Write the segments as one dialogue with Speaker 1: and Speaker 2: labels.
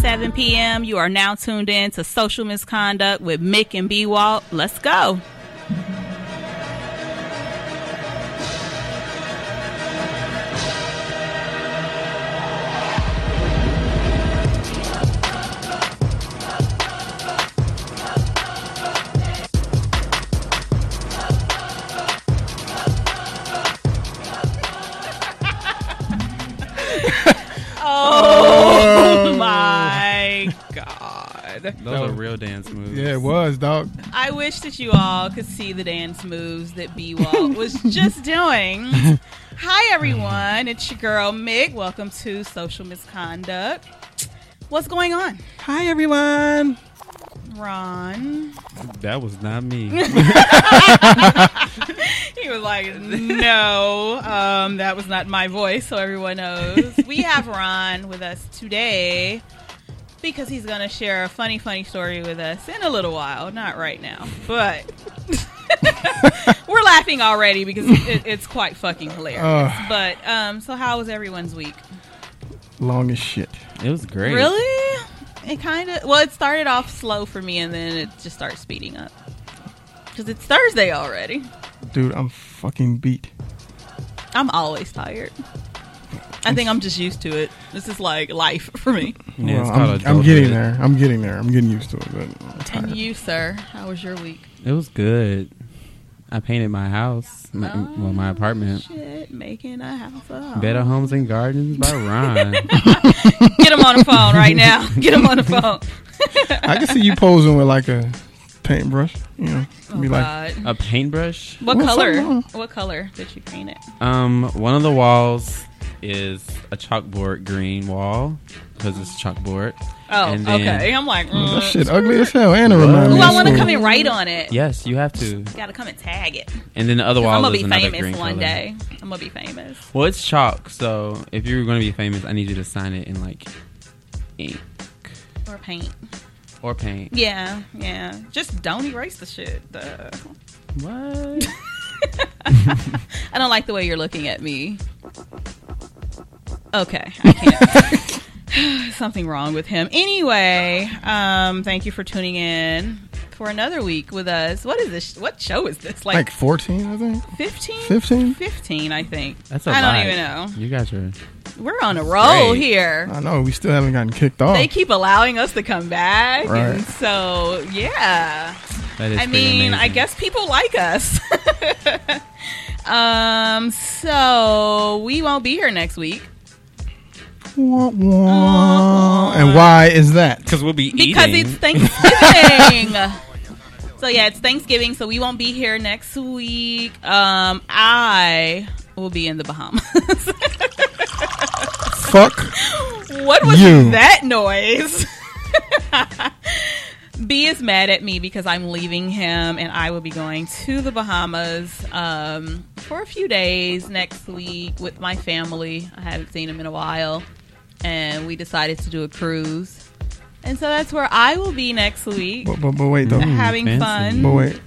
Speaker 1: 7 p.m. You are now tuned in to Social Misconduct with Mick and B Walt. Let's go. Oh my God.
Speaker 2: Those
Speaker 3: That
Speaker 2: are
Speaker 3: was-
Speaker 2: real dance moves.
Speaker 3: Yeah, it was, dog.
Speaker 1: I wish that you all could see the dance moves that B Walt was just doing. Hi, everyone. It's your girl, Mick. Welcome to Social Misconduct. What's going on,
Speaker 2: Hi everyone.
Speaker 1: Ron?
Speaker 2: That was not me.
Speaker 1: He was like, no, um, that was not my voice, so everyone knows. We have Ron with us today because he's going to share a funny, funny story with us in a little while. Not right now, but we're laughing already because it, it's quite fucking hilarious.
Speaker 3: Ugh.
Speaker 1: but um, so, how was everyone's week?
Speaker 3: Long as shit.
Speaker 2: it was great.
Speaker 1: Really? It kind of, well, it started off slow for me and then it just started speeding up because it's Thursday already.
Speaker 3: Dude, I'm fucking beat.
Speaker 1: I'm always tired. I think I'm just used to it. This is like life for me.
Speaker 2: Yeah, it's called
Speaker 3: Well, I'm, I'm
Speaker 2: adulthood.
Speaker 3: getting there. I'm getting there. I'm getting used to it, but I'm
Speaker 1: And
Speaker 3: tired.
Speaker 1: you, sir, how was your week?
Speaker 2: It was good. I painted my house. My, well, my apartment.
Speaker 1: Oh, Shit, making a house up.
Speaker 2: Better Homes and Gardens by Ron.
Speaker 1: Get him on the phone right now. Get him on the phone.
Speaker 3: I can see you posing with like a paintbrush. You know,
Speaker 1: Oh,
Speaker 3: be like,
Speaker 1: God.
Speaker 2: a paintbrush.
Speaker 1: What
Speaker 3: What's up,
Speaker 1: color?
Speaker 3: Mom?
Speaker 1: What color did you paint it?
Speaker 2: Um, one of the walls is a chalkboard green wall because it's chalkboard.
Speaker 1: Oh,
Speaker 2: And then-
Speaker 1: okay. I'm like,
Speaker 3: Oh, that
Speaker 1: mm.
Speaker 3: shit ugly as hell. And it reminds
Speaker 1: Ooh,
Speaker 3: me.
Speaker 1: I
Speaker 3: of
Speaker 1: want to
Speaker 3: school.
Speaker 1: come and write on it.
Speaker 2: Yes, you have to.
Speaker 1: Gotta come and tag it.
Speaker 2: And then the other
Speaker 1: 'Cause
Speaker 2: wall
Speaker 1: I'm gonna
Speaker 2: is
Speaker 1: be
Speaker 2: Oh, another green
Speaker 1: famous one
Speaker 2: color.
Speaker 1: day. I'm gonna be famous.
Speaker 2: Well, it's chalk, so if you're going to be famous, I need you to sign it in like ink
Speaker 1: Or paint.
Speaker 2: or paint.
Speaker 1: Yeah, yeah. Just don't erase the shit. Duh.
Speaker 2: What?
Speaker 1: I don't like the way you're looking at me. Okay, I can't. Something wrong with him. Anyway, um, thank you for tuning in for another week with us. What is this? What show is this?
Speaker 3: Like
Speaker 1: Like
Speaker 3: 14, I think.
Speaker 1: 15?
Speaker 3: 15?
Speaker 1: 15, I think.
Speaker 2: That's a
Speaker 1: I
Speaker 2: lot.
Speaker 1: don't
Speaker 2: You guys are.
Speaker 1: even know. We're on a roll
Speaker 2: great. Oh.
Speaker 1: here.
Speaker 3: I know. We still haven't gotten kicked off.
Speaker 1: They keep allowing us to come back. And
Speaker 3: Right.
Speaker 1: so, yeah.
Speaker 2: That is
Speaker 1: I
Speaker 2: pretty
Speaker 1: mean, I
Speaker 2: amazing.
Speaker 1: guess people like us. um, so we won't be here next week
Speaker 3: Wah, wah. And why is that?
Speaker 2: because we'll be
Speaker 1: because
Speaker 2: eating.
Speaker 1: it's Thanksgiving. so yeah, it's Thanksgiving, so we won't be here next week. Um, I will be in the Bahamas.
Speaker 3: Fuck.
Speaker 1: what was
Speaker 3: You.
Speaker 1: that noise? B is mad at me because I'm leaving him and I will be going to the Bahamas um, for a few days next week with my family. I haven't seen him in a while. And we decided to do a cruise. And so that's where I will be next week.
Speaker 3: But, but, but wait, though.
Speaker 1: having
Speaker 2: fancy.
Speaker 1: fun.
Speaker 3: But wait.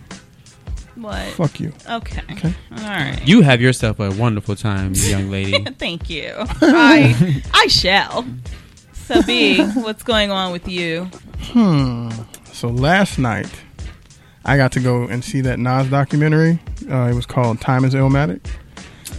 Speaker 1: What?
Speaker 3: Fuck you.
Speaker 1: Okay.
Speaker 3: Okay.
Speaker 1: All right.
Speaker 2: you have yourself a wonderful time, young lady.
Speaker 1: Thank you. I, I shall. So, B, what's going on with you?
Speaker 3: Hmm. So last night, I got to go and see that Nas documentary. Uh, it was called "Time Is Illmatic."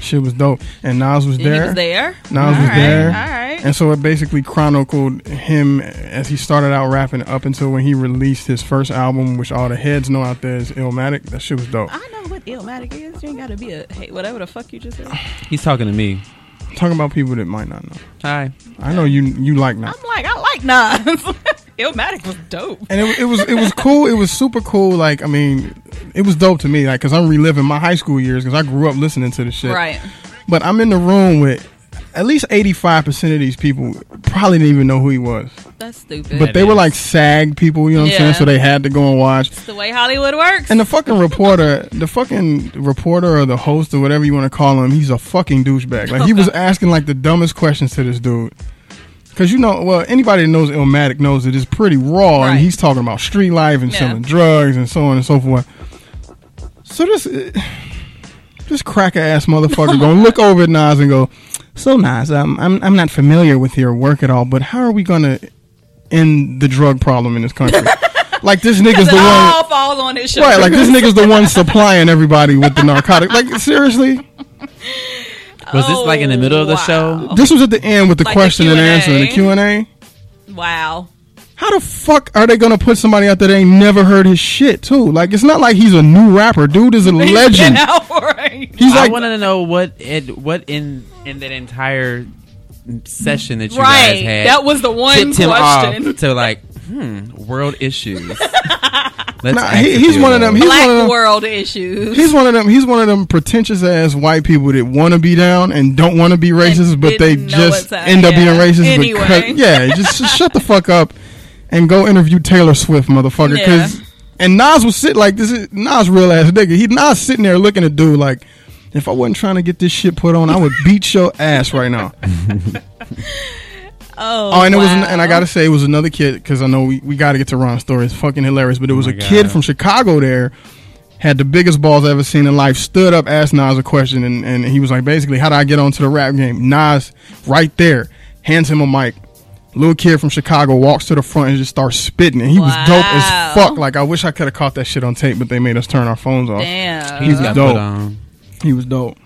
Speaker 3: Shit was dope, and Nas was
Speaker 1: He
Speaker 3: there.
Speaker 1: was there.
Speaker 3: Nas
Speaker 1: All
Speaker 3: was
Speaker 1: right,
Speaker 3: there.
Speaker 1: All right.
Speaker 3: And so it basically chronicled him as he started out rapping up until when he released his first album, which all the heads know out there is Illmatic. That shit was dope.
Speaker 1: I know what Illmatic is. You ain't gotta be a hey, whatever the fuck you just said.
Speaker 2: He's talking to me.
Speaker 3: Talking about people that might not know.
Speaker 2: Hi.
Speaker 3: I know you you like Nas.
Speaker 1: I'm like, I like Nas. Illmatic was dope.
Speaker 3: and it, it was it was cool. It was super cool. Like I mean, it was dope to me. Like because I'm reliving my high school years because I grew up listening to this shit.
Speaker 1: Right.
Speaker 3: But I'm in the room with at least 85 percent of these people probably didn't even know who he was.
Speaker 1: That's stupid.
Speaker 3: But
Speaker 2: That
Speaker 3: they were
Speaker 2: is-
Speaker 3: like SAG people, you know what I'm
Speaker 1: Yeah.
Speaker 3: saying? So they had to go and watch.
Speaker 1: It's the way Hollywood works.
Speaker 3: And the fucking reporter, the fucking reporter or the host or whatever you want to call him, he's a fucking douchebag. Like he was asking like the dumbest questions to this dude. Cause you know, well, anybody that knows Illmatic knows that it's pretty raw,
Speaker 1: Right.
Speaker 3: and he's talking about street life and
Speaker 1: Yeah.
Speaker 3: selling drugs and so on and so forth. So this this cracker ass motherfucker gonna look over at Nas and go, "So Nas, um, I'm I'm not familiar with your work at all, but how are we gonna in the drug problem in this country. like this nigga's the
Speaker 1: it all
Speaker 3: one,
Speaker 1: falls on his shoulders.
Speaker 3: right? Like this nigga's the one supplying everybody with the narcotic. Like seriously,
Speaker 2: Was this like in the middle of the
Speaker 1: Oh,
Speaker 2: show?
Speaker 1: wow.
Speaker 3: this was at the end with the
Speaker 1: Like the
Speaker 3: question and answer, the Q
Speaker 1: Q&A.
Speaker 3: and A.
Speaker 1: Wow.
Speaker 3: How the fuck are they gonna put somebody out there they ain't never heard his shit too? Like it's not like he's a new rapper. Dude is a legend.
Speaker 1: He's been out for a-
Speaker 3: He's
Speaker 2: I
Speaker 3: like
Speaker 2: wanted to know what it what in in that entire session that you guys
Speaker 1: right.
Speaker 2: had
Speaker 1: That was the one
Speaker 2: tipped him
Speaker 1: question.
Speaker 2: off to like hmm, world issues. Let's
Speaker 3: Nah,
Speaker 2: act
Speaker 3: he-
Speaker 2: a
Speaker 3: he's
Speaker 2: few
Speaker 3: one of them. He's one
Speaker 1: Black
Speaker 3: of them.
Speaker 1: world issues.
Speaker 3: He's one of them. He's one of them pretentious ass white people that want to be down and don't want to be racist, but they
Speaker 1: didn't know
Speaker 3: just
Speaker 1: what's up,
Speaker 3: end up
Speaker 1: yeah.
Speaker 3: being racist.
Speaker 1: Anyway.
Speaker 3: because- yeah, just, just shut the fuck up and go interview Taylor Swift, motherfucker.
Speaker 1: Yeah.
Speaker 3: Because and Nas was sit like this is Nas real ass nigga. He Nas sitting there looking at dude like, if I wasn't trying to get this shit put on, I would beat your ass right now.
Speaker 1: Oh,
Speaker 3: Oh, and it was, an,
Speaker 1: wow.
Speaker 3: and I gotta say, it was another kid because I know we, we gotta get to Ron's story. It's fucking hilarious, but it was
Speaker 2: Oh my
Speaker 3: a kid
Speaker 2: God.
Speaker 3: from Chicago there had the biggest balls I ever seen in life. Stood up, asked Nas a question, and, and he was like, basically, how do I get onto the rap game? Nas, right there, hands him a mic. Little kid from Chicago walks to the front and just starts spitting, and he was dope
Speaker 1: Wow.
Speaker 3: as fuck. Like I wish I could have caught that shit on tape, but they made us turn our phones off.
Speaker 1: Damn.
Speaker 3: He's
Speaker 2: He's got
Speaker 3: dope.
Speaker 2: put on.
Speaker 3: He was dope.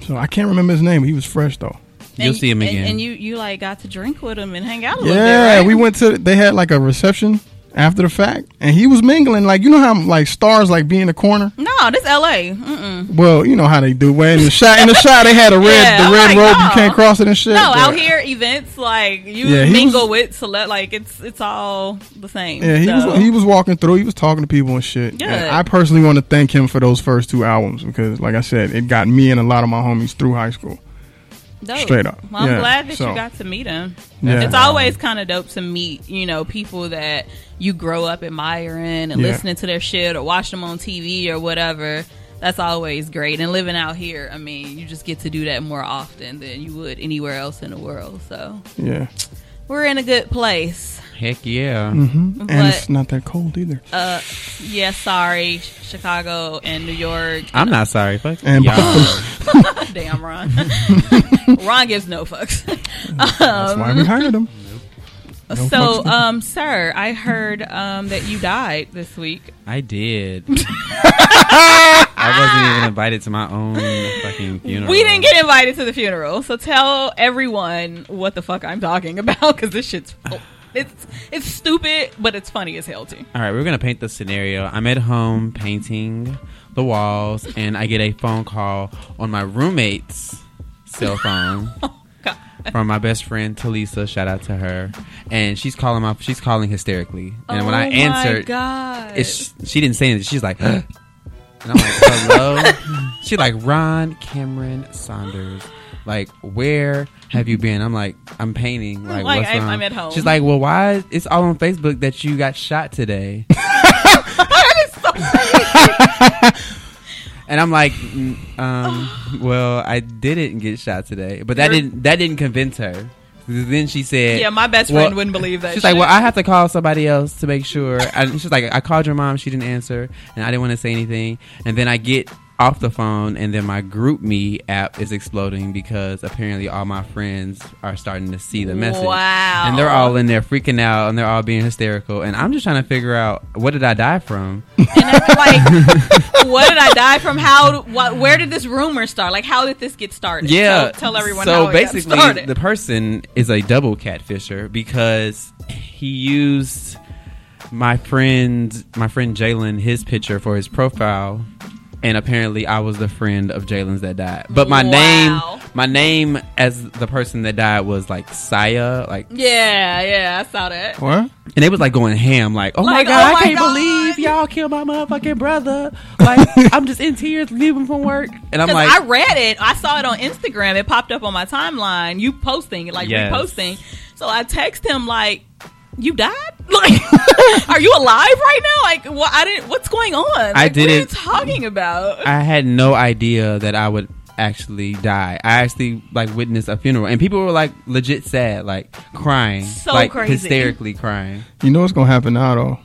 Speaker 3: So I can't remember his name. But he was fresh though.
Speaker 2: You'll
Speaker 1: And-
Speaker 2: see him
Speaker 1: and-
Speaker 2: again.
Speaker 1: And, you, you like got to drink with him and hang out a little bit.
Speaker 3: Yeah,
Speaker 1: right?
Speaker 3: we went to. They had like a reception after the fact, and he was mingling. Like you know how like stars like be in the corner.
Speaker 1: No, this L.A. Mm-mm.
Speaker 3: Well, you know how they do. Well, in the shot, in the shot, they had a red,
Speaker 1: Yeah,
Speaker 3: the
Speaker 1: I'm
Speaker 3: red
Speaker 1: like,
Speaker 3: robe. You
Speaker 1: no.
Speaker 3: can't cross it and shit.
Speaker 1: No,
Speaker 3: but-
Speaker 1: out here events like you
Speaker 3: Yeah, he
Speaker 1: mingle with select like it's it's all the same.
Speaker 3: Yeah, he
Speaker 1: so.
Speaker 3: was he was walking through. He was talking to people and shit.
Speaker 1: Good.
Speaker 3: And I personally want to thank him for those first two albums because, like I said, it got me and a lot of my homies through high school.
Speaker 1: Dope.
Speaker 3: Straight up.
Speaker 1: Well, I'm
Speaker 3: Yeah,
Speaker 1: glad that
Speaker 3: so.
Speaker 1: you got to meet him.
Speaker 3: Yeah.
Speaker 1: It's always kind of dope to meet, you know, people that you grow up admiring and
Speaker 3: Yeah.
Speaker 1: listening to their shit or watch them on TV or whatever. That's always great. And living out here, I mean, you just get to do that more often than you would anywhere else in the world. So
Speaker 3: Yeah,
Speaker 1: we're in a good place.
Speaker 2: Heck yeah.
Speaker 3: hmm and
Speaker 1: But-
Speaker 3: it's not that cold either.
Speaker 1: Uh, yeah, sorry, Chicago and New York.
Speaker 2: I'm not sorry. Fuck
Speaker 3: And
Speaker 2: y'all.
Speaker 1: Damn, Ron. Ron gives no fucks.
Speaker 3: That's why we hired him.
Speaker 1: so, um, sir, I heard um, that you died this week.
Speaker 2: I did. I wasn't even invited to my own fucking funeral.
Speaker 1: We didn't get invited to the funeral, so tell everyone what the fuck I'm talking about because this shit's it's it's stupid, but it's funny as hell too.
Speaker 2: All right, we're gonna paint the scenario. I'm at home painting the walls, and I get a phone call on my roommate's cell phone
Speaker 1: God.
Speaker 2: from my best friend Talisa. Shout out to her, and she's calling my she's calling hysterically. And when I
Speaker 1: Oh my
Speaker 2: answered,
Speaker 1: God.
Speaker 2: it's, she didn't say anything. She's like, and I'm like, hello. she like Ron Cameron Saunders. Like, where have you been? I'm like, I'm painting. Like,
Speaker 1: Like,
Speaker 2: what's
Speaker 1: I'm-
Speaker 2: wrong?
Speaker 1: I'm at home.
Speaker 2: She's like, well, why? Is, it's all on Facebook that you got shot today. And I'm like, mm, um, well, I didn't get shot today, but that
Speaker 1: You're-
Speaker 2: didn't that didn't convince her. Then she said,
Speaker 1: yeah, my best
Speaker 2: well-
Speaker 1: friend wouldn't believe that.
Speaker 2: She's like,
Speaker 1: shit.
Speaker 2: well, I have to call somebody else to make sure. And she's like, I called your mom, she didn't answer, and I didn't want to say anything. And then I get off the phone, and then my group me app is exploding because apparently all my friends are starting to see the message.
Speaker 1: Wow.
Speaker 2: And they're all in there freaking out, and they're all being hysterical. And I'm just trying to figure out what did I die from?
Speaker 1: And I'm like, what did I die from? How? What? Where did this rumor start? Like, how did this get started? tell,
Speaker 2: Yeah.
Speaker 1: tell everyone.
Speaker 2: So
Speaker 1: how
Speaker 2: basically,
Speaker 1: it got started.
Speaker 2: the person is a double catfisher because he used my friend, my friend Jalen, his picture for his profile, and apparently I was the friend of Jalen's that died. But my
Speaker 1: Wow.
Speaker 2: name, my name as the person that died was like Saya, like,
Speaker 1: yeah, yeah, I saw that.
Speaker 3: What?
Speaker 2: and they was like going ham, like, oh my
Speaker 1: Like,
Speaker 2: god,
Speaker 1: oh my
Speaker 2: I can't
Speaker 1: God."
Speaker 2: believe y'all killed my motherfucking brother. Like, I'm just in tears, leaving from work, and I'm
Speaker 1: Because
Speaker 2: like,
Speaker 1: I read it, I saw it on Instagram. It popped up on my timeline. You posting, like
Speaker 2: Yes.
Speaker 1: reposting. So I text him like, "You died? Like, are you alive right now? Like, what? I didn't. What's going on? Like, What are you
Speaker 2: didn't-
Speaker 1: talking about?
Speaker 2: I had no idea that I would actually die. I actually like witnessed a funeral, and people were like legit sad, like crying,
Speaker 1: So
Speaker 2: like
Speaker 1: crazy.
Speaker 2: hysterically crying.
Speaker 3: You know what's gonna happen now though.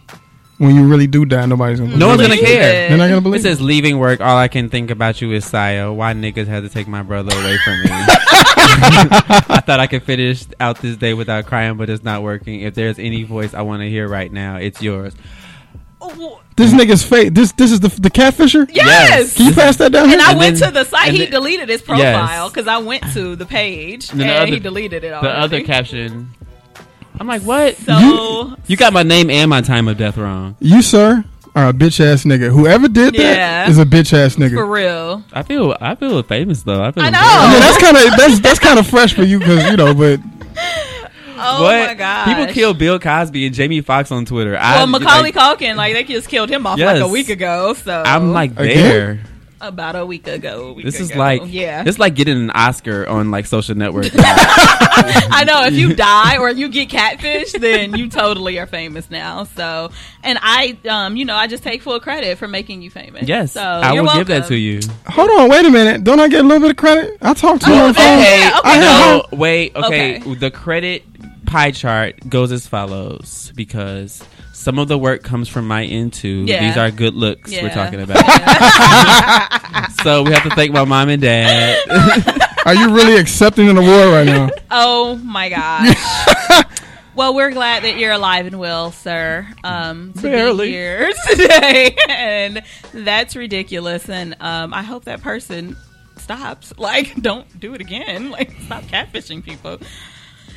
Speaker 3: When you really do die, nobody's gonna.
Speaker 2: No one's
Speaker 3: believe
Speaker 2: gonna
Speaker 3: it.
Speaker 2: care.
Speaker 3: They're not gonna
Speaker 2: It
Speaker 3: believe. it.
Speaker 2: says leaving work, all I can think about you is Saya. Why niggas had to take my brother away from me? I thought I could finish out this day without crying, but it's not working. If there's any voice I want to hear right now, it's yours.
Speaker 1: Oh,
Speaker 3: This nigga's fake. This this is the the catfisher.
Speaker 1: Yes.
Speaker 3: Can you pass that down?
Speaker 1: And
Speaker 3: here?
Speaker 1: I
Speaker 2: And
Speaker 1: went
Speaker 2: then-
Speaker 1: to the site.
Speaker 2: and
Speaker 1: He
Speaker 2: the-
Speaker 1: deleted his profile because I went to the page
Speaker 2: And
Speaker 1: and,
Speaker 2: the other-
Speaker 1: he deleted it all.
Speaker 2: The other caption. I'm like, what?
Speaker 1: So
Speaker 2: You got my name and my time of death wrong.
Speaker 3: you sir are a bitch ass nigga. Whoever did
Speaker 1: Yeah.
Speaker 3: that is a bitch ass
Speaker 1: for
Speaker 3: nigga.
Speaker 1: real,
Speaker 2: I feel I feel famous though. I feel
Speaker 1: I
Speaker 2: embarrassed.
Speaker 1: know.
Speaker 3: I mean, that's kind of that's that's kind of fresh for you because you know, but
Speaker 1: oh
Speaker 2: What?
Speaker 1: my god,
Speaker 2: People kill Bill Cosby and Jamie Foxx on Twitter.
Speaker 1: Well,
Speaker 2: I,
Speaker 1: Macaulay
Speaker 2: Like,
Speaker 1: Culkin, like they just killed him off like
Speaker 2: Yes.
Speaker 1: a week ago. So
Speaker 2: I'm like
Speaker 3: Again?
Speaker 2: there.
Speaker 1: about a week ago. a week
Speaker 2: This is
Speaker 1: ago.
Speaker 2: like
Speaker 1: yeah.
Speaker 2: It's like getting an Oscar on like social network.
Speaker 1: I know if you die or you get catfish, then you totally are famous now. So, and I, um, you know, I just take full credit for making you famous.
Speaker 2: yes,
Speaker 1: so
Speaker 2: I
Speaker 1: you're
Speaker 2: will
Speaker 1: welcome.
Speaker 2: give that to you.
Speaker 3: hold on, wait a minute. Don't I get a little bit of credit? I talked to him on the phone.
Speaker 1: Okay, Oh, okay.
Speaker 3: I had
Speaker 2: no,
Speaker 3: her-
Speaker 2: wait. Okay.
Speaker 1: Okay.
Speaker 2: the credit pie chart goes as follows because some of the work comes from my end too.
Speaker 1: Yeah.
Speaker 2: These are good looks we're
Speaker 1: Yeah.
Speaker 2: talking about. so we have to thank my mom and dad.
Speaker 3: Are you really accepting an award right now?
Speaker 1: Oh my gosh. well, we're glad that you're alive and well, sir. Um, to
Speaker 2: Barely.
Speaker 1: be here today, and that's ridiculous. And um, I hope that person stops. Like, don't do it again. Like, stop catfishing people.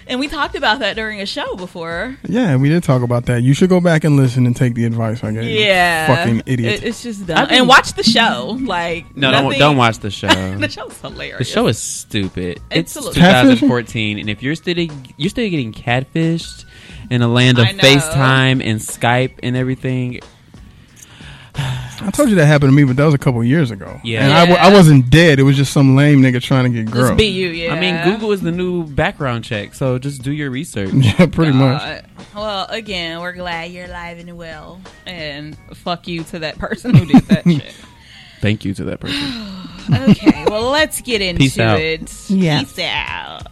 Speaker 1: And we talked about that during a show before.
Speaker 3: Yeah, we did talk about that. You should go back and listen and take the advice I gave. you.
Speaker 1: Yeah,
Speaker 3: fucking idiot.
Speaker 1: It- it's just
Speaker 2: I
Speaker 1: dumb.
Speaker 2: think-
Speaker 1: and watch the show. Like,
Speaker 2: No,
Speaker 1: nothing-
Speaker 2: don't don't watch the show.
Speaker 1: the show's hilarious.
Speaker 2: The show is stupid. It's,
Speaker 1: Absolutely.
Speaker 2: 2014, and if you're still you're still getting catfished in a land of
Speaker 1: I know.
Speaker 2: FaceTime and Skype and everything.
Speaker 3: I told you that happened to me, but that was a couple years ago.
Speaker 2: Yeah.
Speaker 3: and I, w-
Speaker 1: Yeah.
Speaker 3: I wasn't dead. It was just some lame nigga trying to get girls.
Speaker 1: just be you. Yeah,
Speaker 2: I mean, Google is the new background check, so just do your research.
Speaker 3: Yeah, pretty much.
Speaker 1: God. Well, again, we're glad you're alive and well. And fuck you to that person who did that shit.
Speaker 2: Thank you to that person.
Speaker 1: Okay, well, let's get into
Speaker 2: Peace out.
Speaker 1: it.
Speaker 3: Yeah.
Speaker 1: Peace out.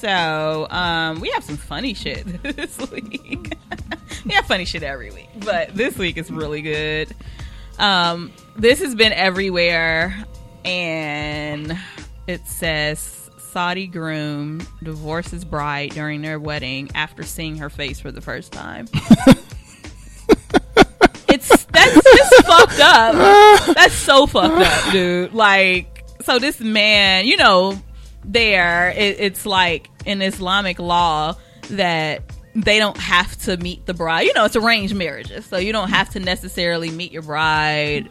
Speaker 1: So, um, we have some funny shit this week. we have funny shit every week, but this week is really good. Um, this has been everywhere, and it says Saudi groom divorces bride during their wedding after seeing her face for the first time. it's that's just fucked up. That's so fucked up, dude. Like, so this man, you know, there it, it's like an Islamic law that they don't have to meet the bride. You know, it's arranged marriages, so you don't have to necessarily meet your bride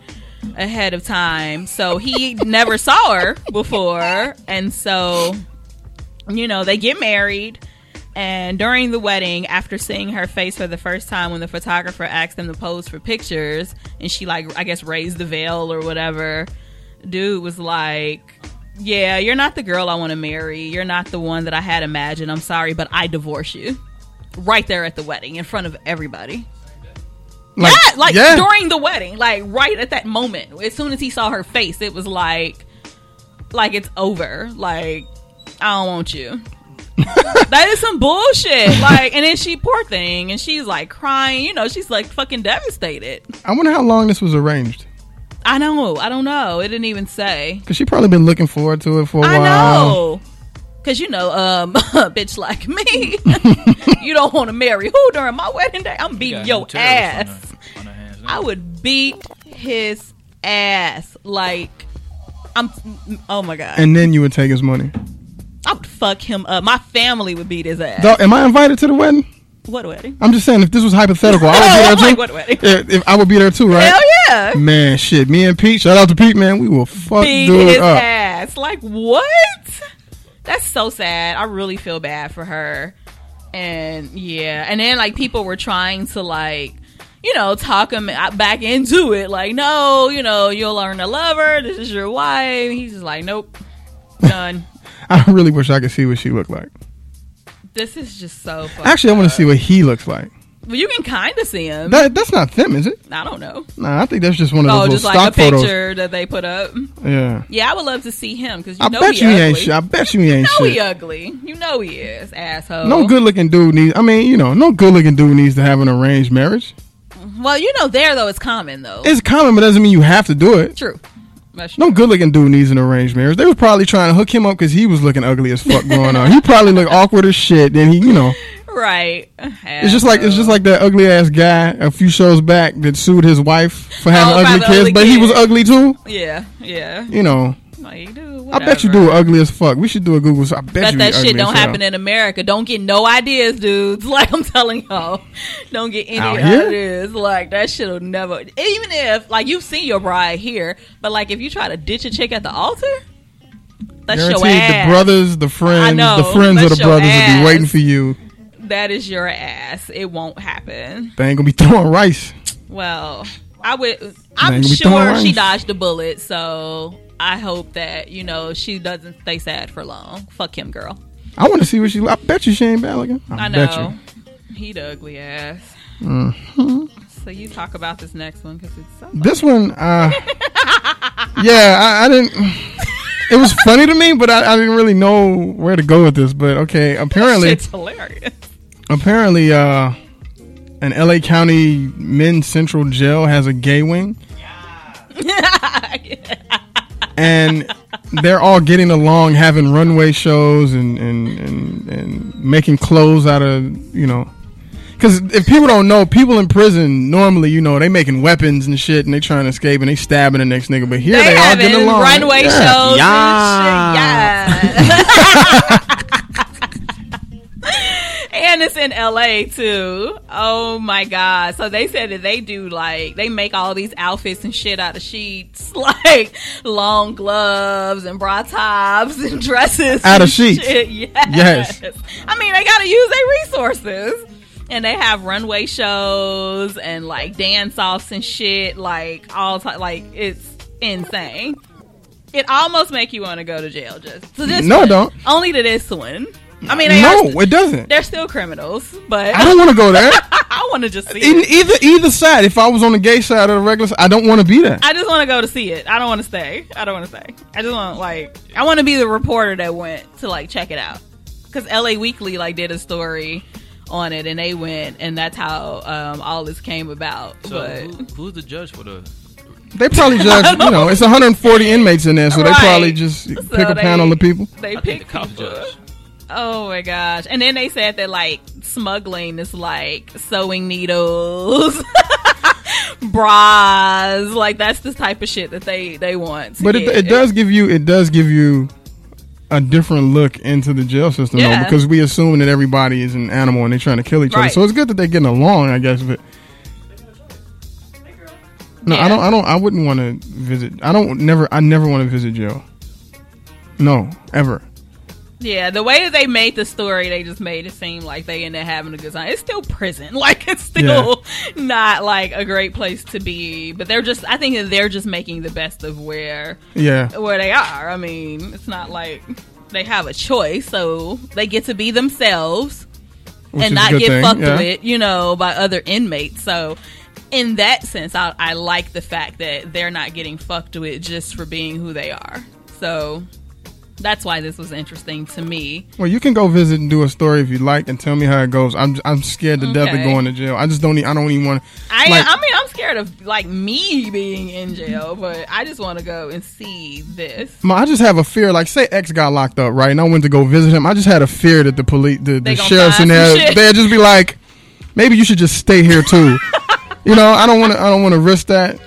Speaker 1: ahead of time. So he never saw her before, and so you know, they get married. And during the wedding, after seeing her face for the first time, when the photographer asked them to pose for pictures, and she, like, I guess raised the veil or whatever, dude was like, Yeah, you're not the girl I want to marry. You're not the one that I had imagined. I'm sorry, but I divorce you. Right there at the wedding, in front of everybody.
Speaker 3: Like,
Speaker 1: yeah, like
Speaker 3: yeah.
Speaker 1: during the wedding, like right at that moment. As soon as he saw her face, it was like, like it's over. Like I don't want you. that is some bullshit. Like, and then she poor thing, and she's like crying. You know, she's like fucking devastated.
Speaker 3: I wonder how long this was arranged.
Speaker 1: I know. I don't know. It didn't even say.
Speaker 3: Cause she probably been looking forward to it for a
Speaker 1: I
Speaker 3: while.
Speaker 1: know. Cause you know, um, a bitch like me, you don't want to marry who during my wedding day. I'm beating your ass. I would beat his ass. Like, I'm. Oh my god.
Speaker 3: And then you would take his money.
Speaker 1: I would fuck him up. My family would beat his ass.
Speaker 3: Dog, am I invited to the wedding?
Speaker 1: what wedding?
Speaker 3: I'm just saying, if this was hypothetical, I would be there
Speaker 1: like,
Speaker 3: too.
Speaker 1: what wedding?
Speaker 3: If, if I would be there too, right?
Speaker 1: Hell yeah.
Speaker 3: Man, shit. Me and Pete, shout out to Pete, man. We will fuck
Speaker 1: Beat
Speaker 3: dude uh,
Speaker 1: his
Speaker 3: up.
Speaker 1: ass. Like what? That's so sad. I really feel bad for her. And yeah, and then like people were trying to like. You know, talk him back into it. Like, no, you know, you'll learn to love her. This is your wife. He's just like, nope, done.
Speaker 3: I really wish I could see what she looked like.
Speaker 1: this is just so. Fucked
Speaker 3: Actually, I want
Speaker 1: up.
Speaker 3: to see what he looks like.
Speaker 1: Well, you can kind of see him.
Speaker 3: That that's not them, is it?
Speaker 1: I don't know.
Speaker 3: Nah, I think that's just one of those
Speaker 1: Oh,
Speaker 3: little
Speaker 1: just like
Speaker 3: stock
Speaker 1: a picture
Speaker 3: photos.
Speaker 1: that they put up.
Speaker 3: Yeah.
Speaker 1: Yeah, I would love to see him because you
Speaker 3: I
Speaker 1: know
Speaker 3: bet
Speaker 1: he
Speaker 3: you he
Speaker 1: ugly.
Speaker 3: ain't shit. I bet you he
Speaker 1: you
Speaker 3: ain't
Speaker 1: know he
Speaker 3: shit.
Speaker 1: ugly. You know he is asshole.
Speaker 3: No good looking dude needs. I mean, you know, no good looking dude needs to have an arranged marriage.
Speaker 1: Well, you know there though it's common though.
Speaker 3: It's common, but doesn't mean you have to do it.
Speaker 1: True. That's
Speaker 3: No good looking dude needs an arranged marriage. They was probably trying to hook him up because he was looking ugly as fuck growing up. He probably looked awkward as shit. Then he, you know,
Speaker 1: right.
Speaker 3: it's just like it's just like that ugly ass guy a few shows back that sued his wife for having
Speaker 1: Oh, about
Speaker 3: ugly
Speaker 1: the
Speaker 3: kids,
Speaker 1: ugly
Speaker 3: but he
Speaker 1: kid.
Speaker 3: was ugly too.
Speaker 1: yeah, yeah.
Speaker 3: You know,
Speaker 1: Like, dude,
Speaker 3: I bet you
Speaker 1: whatever.
Speaker 3: do ugly as fuck. We should do a Google. search. I bet,
Speaker 1: Bet
Speaker 3: you
Speaker 1: that
Speaker 3: be ugly
Speaker 1: shit don't
Speaker 3: as hell.
Speaker 1: happen in America. Don't get no ideas, dudes. Like I'm telling y'all, don't get any
Speaker 3: Out here?
Speaker 1: ideas. Like that shit'll never. Even if like you've seen your bride here, but like if you try to ditch a chick at the altar, that's your
Speaker 3: Guaranteed,
Speaker 1: ass.
Speaker 3: the brothers, the friends,
Speaker 1: know,
Speaker 3: the friends of
Speaker 1: that's
Speaker 3: the
Speaker 1: your
Speaker 3: brothers will be waiting
Speaker 1: ass.
Speaker 3: for you.
Speaker 1: that is your ass. It won't happen.
Speaker 3: They ain't gonna be throwing rice.
Speaker 1: Well, I would. I'm
Speaker 3: Man, you be throwing
Speaker 1: sure she
Speaker 3: rings.
Speaker 1: dodged a bullet. So I hope that you know she doesn't stay sad for long. Fuck him, girl.
Speaker 3: I want to see what she. I bet you she ain't bad looking. I,
Speaker 1: I
Speaker 3: Bet
Speaker 1: know.
Speaker 3: you.
Speaker 1: He the ugly ass. So you talk about this next one because it's so.
Speaker 3: Mm-hmm. This one, uh, yeah, I, I didn't. It was funny to me, but I, I didn't really know where to go with this. But okay, apparently,
Speaker 1: It's hilarious.
Speaker 3: apparently, uh, an LA County Men's Central Jail has a gay wing, and they're all getting along, having runway shows, and and and, and making clothes out of you know. Because if people don't know, people in prison normally, you know, they making weapons and shit, and they trying to escape, and they stabbing the next nigga. But here
Speaker 1: They
Speaker 3: they, all
Speaker 1: having
Speaker 3: getting along.
Speaker 1: runway
Speaker 3: Yeah.
Speaker 1: shows.
Speaker 2: Yeah.
Speaker 1: And, shit. Yeah. and it's in LA too. Oh my god! So they said that they do like they make all these outfits and shit out of sheets, like long gloves and bra tops and dresses
Speaker 3: Out of
Speaker 1: and
Speaker 3: sheets.
Speaker 1: shit. Yes.
Speaker 3: Yes.
Speaker 1: I mean, they gotta use their resources. And they have runway shows and like dance offs and shit, like all ti like it's insane. It almost make you want to go to jail just to this.
Speaker 3: No,
Speaker 1: one.
Speaker 3: it don't.
Speaker 1: Only to this one. I mean, they are,
Speaker 3: No, it doesn't.
Speaker 1: they're still criminals, but
Speaker 3: I
Speaker 1: I,
Speaker 3: don't want to go there.
Speaker 1: want to just see.
Speaker 3: In
Speaker 1: it.
Speaker 3: either either side, if I was on the gay side or the regular, side, I don't want to be there.
Speaker 1: I just want to go to see it. I don't want to stay. I don't want to stay. I just want like I want to be the reporter that went to like check it out because LA Weekly like did a story on it and they went and that's how um, all this came about.
Speaker 4: So
Speaker 1: but
Speaker 4: who, who's the judge for the?
Speaker 3: They probably judge. you know, it's 140 inmates in there, so they
Speaker 1: Right.
Speaker 3: probably just
Speaker 1: So
Speaker 3: pick a
Speaker 1: they-
Speaker 3: pound on the people.
Speaker 1: they
Speaker 4: I think
Speaker 1: picked
Speaker 4: the cops
Speaker 1: people.
Speaker 4: judge.
Speaker 1: Oh my gosh. And then they said that like smuggling is like sewing needles. bras like that's the type of shit that they they want to
Speaker 3: But it,
Speaker 1: get.
Speaker 3: it does give you it does give you a different look into the jail system
Speaker 1: Yeah.
Speaker 3: though, because we assume that everybody is an animal and they're trying to kill each other.
Speaker 1: Right.
Speaker 3: So it's good that they're getting along, I guess. But no,
Speaker 1: Yeah.
Speaker 3: I don't. I don't. I wouldn't want to visit. I don't. Never. I never want to visit jail. No, ever.
Speaker 1: yeah the way that they made the story they just made it seem like they ended up having a good time it's still prison like it's still not like a great place to be but they're just i think that they're just making the best of where
Speaker 3: Yeah.
Speaker 1: where they are. I mean, it's not like they have a choice, so they get to be themselves
Speaker 3: Which
Speaker 1: and
Speaker 3: is a
Speaker 1: not
Speaker 3: good
Speaker 1: get
Speaker 3: thing,
Speaker 1: fucked
Speaker 3: yeah.
Speaker 1: with, you know, by other inmates. So, in that sense, I, I like the fact that they're not getting fucked with just for being who they are. So, that's why this was interesting to me.
Speaker 3: Well, you can go visit and do a story if you like, and tell me how it goes. I'm I'm scared to death of
Speaker 1: Okay.
Speaker 3: going to jail. I just don't. e- I don't even want.
Speaker 1: I
Speaker 3: Like-
Speaker 1: I mean, I'm scared of like me being in jail, but I just want to go and see this.
Speaker 3: Ma, I just have a fear. Like, say X got locked up, right? And I went to go visit him. I just had a fear that the police, the,
Speaker 1: They
Speaker 3: the
Speaker 1: gonna
Speaker 3: sheriff's in
Speaker 1: find some
Speaker 3: there,
Speaker 1: shit.
Speaker 3: they'd just be like, maybe you should just stay here too. you know, I don't want to. I don't want to risk that.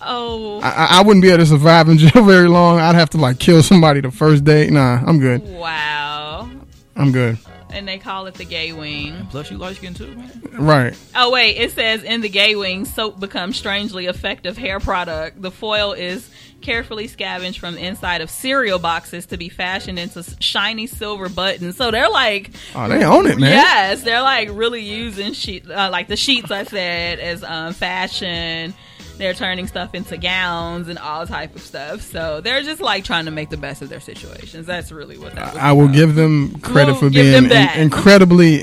Speaker 1: Oh,
Speaker 3: I, I- I wouldn't be able to survive in jail very long. I'd have to like kill somebody the first day. Nah, I'm good.
Speaker 1: wow.
Speaker 3: I'm good.
Speaker 1: And they call it the gay wing.
Speaker 4: Plus, you light skin too, man.
Speaker 3: Right.
Speaker 1: Oh wait, it says in the gay wing, soap becomes strangely effective hair product. The foil is carefully scavenged from the inside of cereal boxes to be fashioned into s- shiny silver buttons. So they're like,
Speaker 3: Oh, they own it, man.
Speaker 1: yes, they're like really using sheet, uh, like the sheets I said as um, fashion. They're turning stuff into gowns and all type of stuff. So they're just like trying to make the best of their situations. That's really what that was.
Speaker 3: I will give them credit
Speaker 1: We'll
Speaker 3: for
Speaker 1: give
Speaker 3: being
Speaker 1: them
Speaker 3: in-
Speaker 1: that.
Speaker 3: incredibly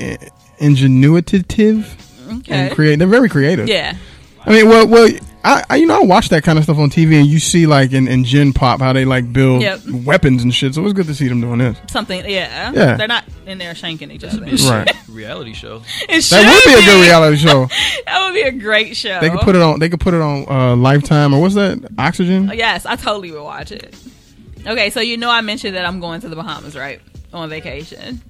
Speaker 3: ingenuitive
Speaker 1: okay.
Speaker 3: and creative. They're very creative.
Speaker 1: yeah.
Speaker 3: I mean, well, well, I, I you know I watch that kind of stuff on TV and you see like in, in Gen Pop how they like build
Speaker 1: Yep.
Speaker 3: weapons and shit. So it's good to see them doing this.
Speaker 1: Something, yeah.
Speaker 3: Yeah.
Speaker 1: They're not in there shanking each other.
Speaker 4: This
Speaker 3: Right.
Speaker 4: a reality show.
Speaker 1: It
Speaker 3: That would
Speaker 1: should
Speaker 3: be a good reality show.
Speaker 1: That would be a great show.
Speaker 3: They could put it on. They could put it on uh, Lifetime or what's that? Oxygen.
Speaker 1: Yes, I totally would watch it. Okay, so you know I mentioned that I'm going to the Bahamas, right? On vacation.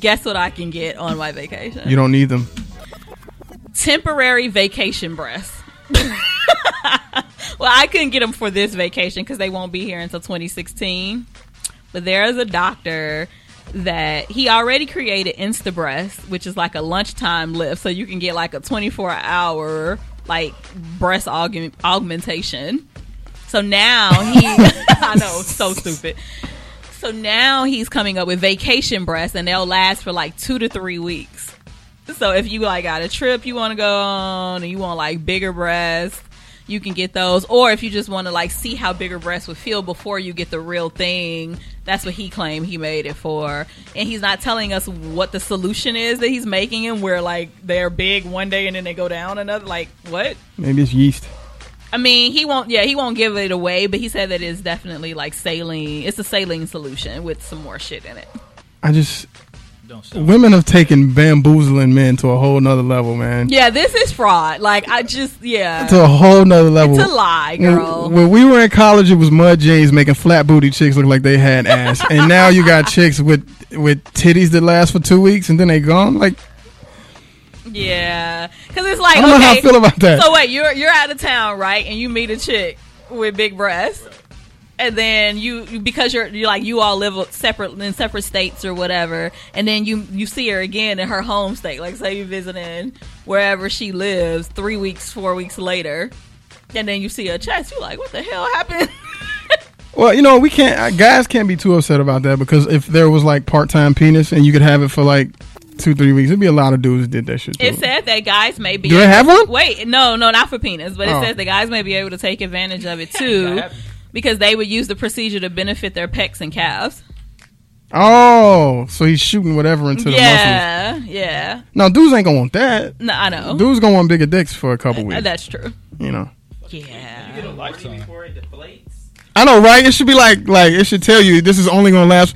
Speaker 1: Guess what I can get on my vacation?
Speaker 3: You don't need them.
Speaker 1: Temporary vacation breasts. well, I couldn't get them for this vacation because they won't be here until 2016. But there is a doctor that he already created InstaBreast, which is like a lunchtime lift, so you can get like a 24 hour like breast aug- augmentation. So now he, I know, so stupid. So now he's coming up with vacation breasts, and they'll last for like two to three weeks. So if you like got a trip you want to go on, and you want like bigger breasts, you can get those. Or if you just want to like see how bigger breasts would feel before you get the real thing, that's what he claimed he made it for. And he's not telling us what the solution is that he's making, and where like they're big one day and then they go down another. Like what?
Speaker 3: Maybe it's yeast.
Speaker 1: I mean, he won't. Yeah, he won't give it away, but he said that it's definitely like saline. It's a saline solution with some more shit in it.
Speaker 3: I just
Speaker 4: Don't stop.
Speaker 3: women have taken bamboozling men to a whole nother level, man.
Speaker 1: Yeah, this is fraud. Like I just, yeah,
Speaker 3: To a whole nother level.
Speaker 1: it's a lie,
Speaker 3: When-
Speaker 1: girl.
Speaker 3: When we were in college, it was mud jeans making flat booty chicks look like they had ass, and now you got chicks with with titties that last for two weeks and then they gone. Like
Speaker 1: Yeah, because it's like
Speaker 3: I don't know how
Speaker 1: okay,
Speaker 3: I feel about that.
Speaker 1: So wait, you're you're out of town, right? And you meet a chick with big breasts, and then you you- because you're you like you all live separate in separate states or whatever, and then you you see her again in her home state, like say you're visiting wherever she lives, three weeks, four weeks later, and then you see her chest, you're like, what the hell happened?
Speaker 3: Well, you know, we can't. uh, Guys can't be too upset about that because if there was like part-time penis and you could have it for like two, three weeks, it'd be a lot of dudes that did that shit. Too.
Speaker 1: It said that guys may be.
Speaker 3: Do they have one?
Speaker 1: Wait, no, no, not for penis, but
Speaker 3: Oh.
Speaker 1: it says the guys may be able to take advantage of it too, because they would use the procedure to benefit their pecs and calves.
Speaker 3: Oh, so he's shooting whatever into the muscles.
Speaker 1: yeah, yeah.
Speaker 3: Now, dudes ain't gonna want that.
Speaker 1: No, I know.
Speaker 3: Dudes gonna want bigger dicks for a couple
Speaker 1: Uh,
Speaker 3: weeks.
Speaker 1: That's true.
Speaker 3: you know.
Speaker 1: Yeah.
Speaker 3: I know, right? It should be like like it should tell you this is only gonna last.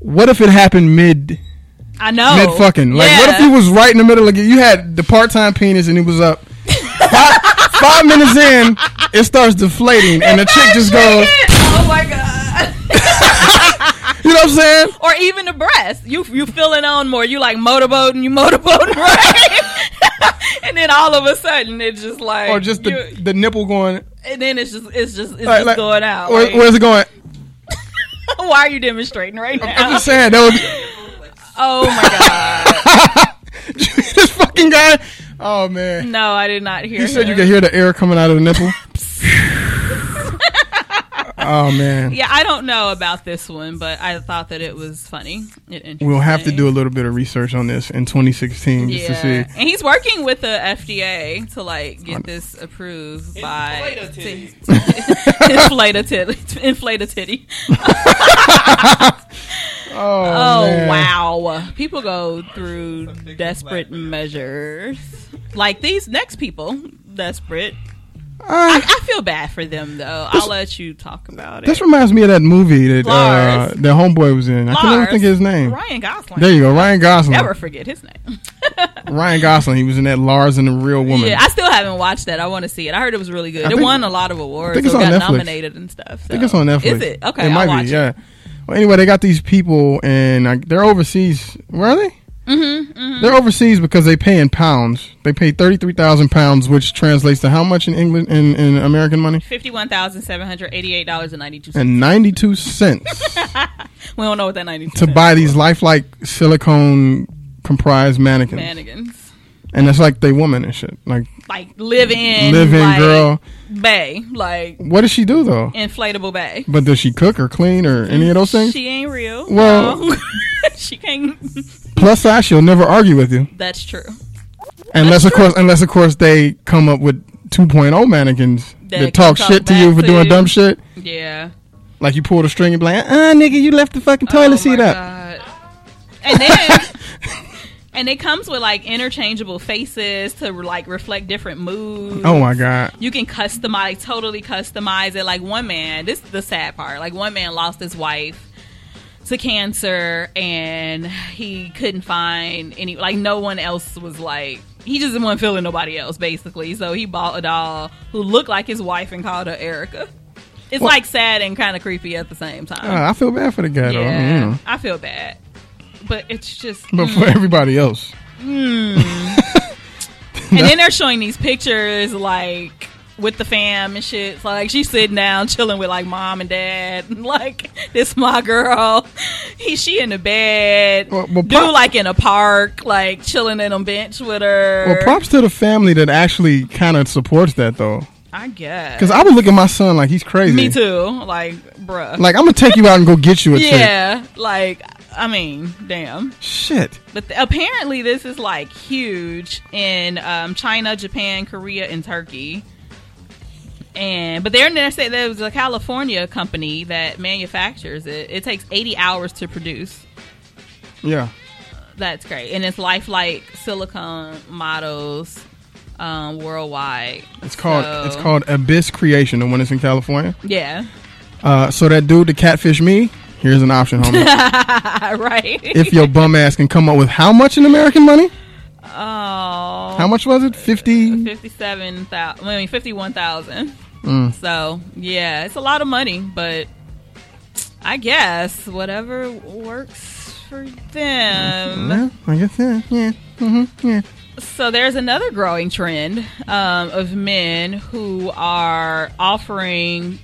Speaker 3: What if it happened mid
Speaker 1: I know.
Speaker 3: mid fucking? Like, what if
Speaker 1: Oh, Yeah.
Speaker 3: you was right in the middle of it? You had the part-time penis and it was up. five, five minutes in, it starts deflating and the chick just goes.
Speaker 1: Oh my god.
Speaker 3: You know what I'm saying?
Speaker 1: or even the breast. You you feeling on more. You like motorboating. You motorboating right. and then all of a sudden it's just like
Speaker 3: or just the,
Speaker 1: you-
Speaker 3: the nipple going
Speaker 1: and then it's just it's just it's
Speaker 3: like,
Speaker 1: just
Speaker 3: like-
Speaker 1: going out.
Speaker 3: Where,
Speaker 1: Like,
Speaker 3: where's it going?
Speaker 1: why are you demonstrating right now?
Speaker 3: I'm just saying that would
Speaker 1: Oh my god!
Speaker 3: this fucking guy. Oh man,
Speaker 1: No, I did not hear.
Speaker 3: you said you
Speaker 1: him.
Speaker 3: could hear the air coming out of the nipple. oh man,
Speaker 1: Yeah, I don't know about this one, but I thought that it was funny. It interesting.
Speaker 3: we'll have to do a little bit of research on this in 2016 just
Speaker 1: Yeah,
Speaker 3: to see.
Speaker 1: and he's working with the FDA to like get this approved by
Speaker 4: Inflate a titty.
Speaker 1: inflate a titty, inflate a titty.
Speaker 3: Oh,
Speaker 1: Oh
Speaker 3: man.
Speaker 1: wow! People go through desperate measures, like these next people. Desperate.
Speaker 3: Ah,
Speaker 1: I feel bad for them though. I'll let you talk about it.
Speaker 3: this reminds me of that movie that uh,
Speaker 1: Lars.
Speaker 3: that homeboy was in. I can never
Speaker 1: Lars.
Speaker 3: think of his name.
Speaker 1: Ryan Gosling.
Speaker 3: There you go, Ryan Gosling.
Speaker 1: Never forget his name.
Speaker 3: Ryan Gosling. He was in that Lars and the Real Woman.
Speaker 1: Yeah, I still haven't watched that. I want to see it. I heard it was really good.
Speaker 3: I
Speaker 1: it
Speaker 3: think-
Speaker 1: won a lot of awards.
Speaker 3: I think it's
Speaker 1: so it
Speaker 3: on
Speaker 1: got
Speaker 3: Netflix.
Speaker 1: nominated and stuff.
Speaker 3: I think it's on Netflix.
Speaker 1: Is it? Okay,
Speaker 3: it
Speaker 1: I'll
Speaker 3: might
Speaker 1: watch
Speaker 3: be.
Speaker 1: it.
Speaker 3: Yeah. Well, anyway, they got these people, and like, they're overseas. Where are they?
Speaker 1: Mm-hmm, mm-hmm.
Speaker 3: They're overseas because they pay in pounds. They pay thirty-three thousand pounds, which translates to how much in England in, in American money?
Speaker 1: Fifty-one thousand seven hundred eighty-eight dollars and ninety-two cents.
Speaker 3: And ninety-two cents
Speaker 1: We don't know what that ninety-two
Speaker 3: to
Speaker 1: cents
Speaker 3: buy these lifelike silicone comprised mannequins,
Speaker 1: mannequins.
Speaker 3: and it's like they woman and shit. Like
Speaker 1: Like live in,
Speaker 3: live in
Speaker 1: like,
Speaker 3: girl.
Speaker 1: bay, like
Speaker 3: What does she do though?
Speaker 1: inflatable bay.
Speaker 3: But does she cook or clean or any of those things?
Speaker 1: She ain't real.
Speaker 3: Well-
Speaker 1: No. she can't.
Speaker 3: Plus size, she'll never argue with you,
Speaker 1: That's true.
Speaker 3: unless of course, unless of course they come up with 2.0 mannequins
Speaker 1: That
Speaker 3: that,
Speaker 1: can
Speaker 3: talk
Speaker 1: talk
Speaker 3: shit to you
Speaker 1: back
Speaker 3: for
Speaker 1: to
Speaker 3: doing
Speaker 1: you.
Speaker 3: dumb shit.
Speaker 1: Yeah.
Speaker 3: Like "Uh, you pulled a string and be like, ah, nigga, you left the fucking toilet
Speaker 1: Oh,
Speaker 3: seat
Speaker 1: my
Speaker 3: up.
Speaker 1: God. And then and it comes with like interchangeable faces to like reflect different moods.
Speaker 3: Oh my god.
Speaker 1: You can customize, totally customize it. Like one man, this is the sad part. Like one man lost his wife to cancer, and he couldn't find any. Like no one else was like he just didn't want to feel with nobody else, basically. So he bought a doll who looked like his wife and called her Erica. It's
Speaker 3: Well-
Speaker 1: like sad and kind of creepy at the same time.
Speaker 3: Uh, I feel bad for the guy though. I mean, you
Speaker 1: yeah,
Speaker 3: know.
Speaker 1: I feel bad, but it's just.
Speaker 3: Mm. But for
Speaker 1: Mm.
Speaker 3: everybody else.
Speaker 1: And then they're showing these pictures like with the fam and shit. So, like she's sitting down chilling with like mom and dad. Like this my girl. He she in the bed.
Speaker 3: Well, well,
Speaker 1: Dude
Speaker 3: prop-
Speaker 1: like in a park, like chilling in a bench with her.
Speaker 3: Well, props to the family that actually kind of supports that though.
Speaker 1: I guess.
Speaker 3: Because I would look at my son like he's crazy.
Speaker 1: Me too. Like bruh.
Speaker 3: Like I'm gonna take you out and go get you a chick.
Speaker 1: yeah. Like I mean, damn.
Speaker 3: Shit.
Speaker 1: But th- apparently, this is like huge in um, China, Japan, Korea, and Turkey. And but they're they say there was a California company that manufactures it. It takes 80 hours to produce.
Speaker 3: Yeah.
Speaker 1: That's great, and it's lifelike silicone models um, worldwide.
Speaker 3: It's called
Speaker 1: So-
Speaker 3: it's called Abyss Creation, the one that's in California.
Speaker 1: yeah,
Speaker 3: Uh, so that dude, the catfish me. Here's an option, homie.
Speaker 1: right.
Speaker 3: if your bum ass can come up with how much in American money?
Speaker 1: oh,
Speaker 3: How much was it? Fifty.
Speaker 1: Fifty-seven thousand. I mean, fifty-one thousand. So yeah, it's a lot of money, but I guess whatever works for them.
Speaker 3: Mm-hmm. Yeah, I guess. Yeah. Yeah. Mm-hmm, yeah.
Speaker 1: So there's another growing trend um, of men who are offering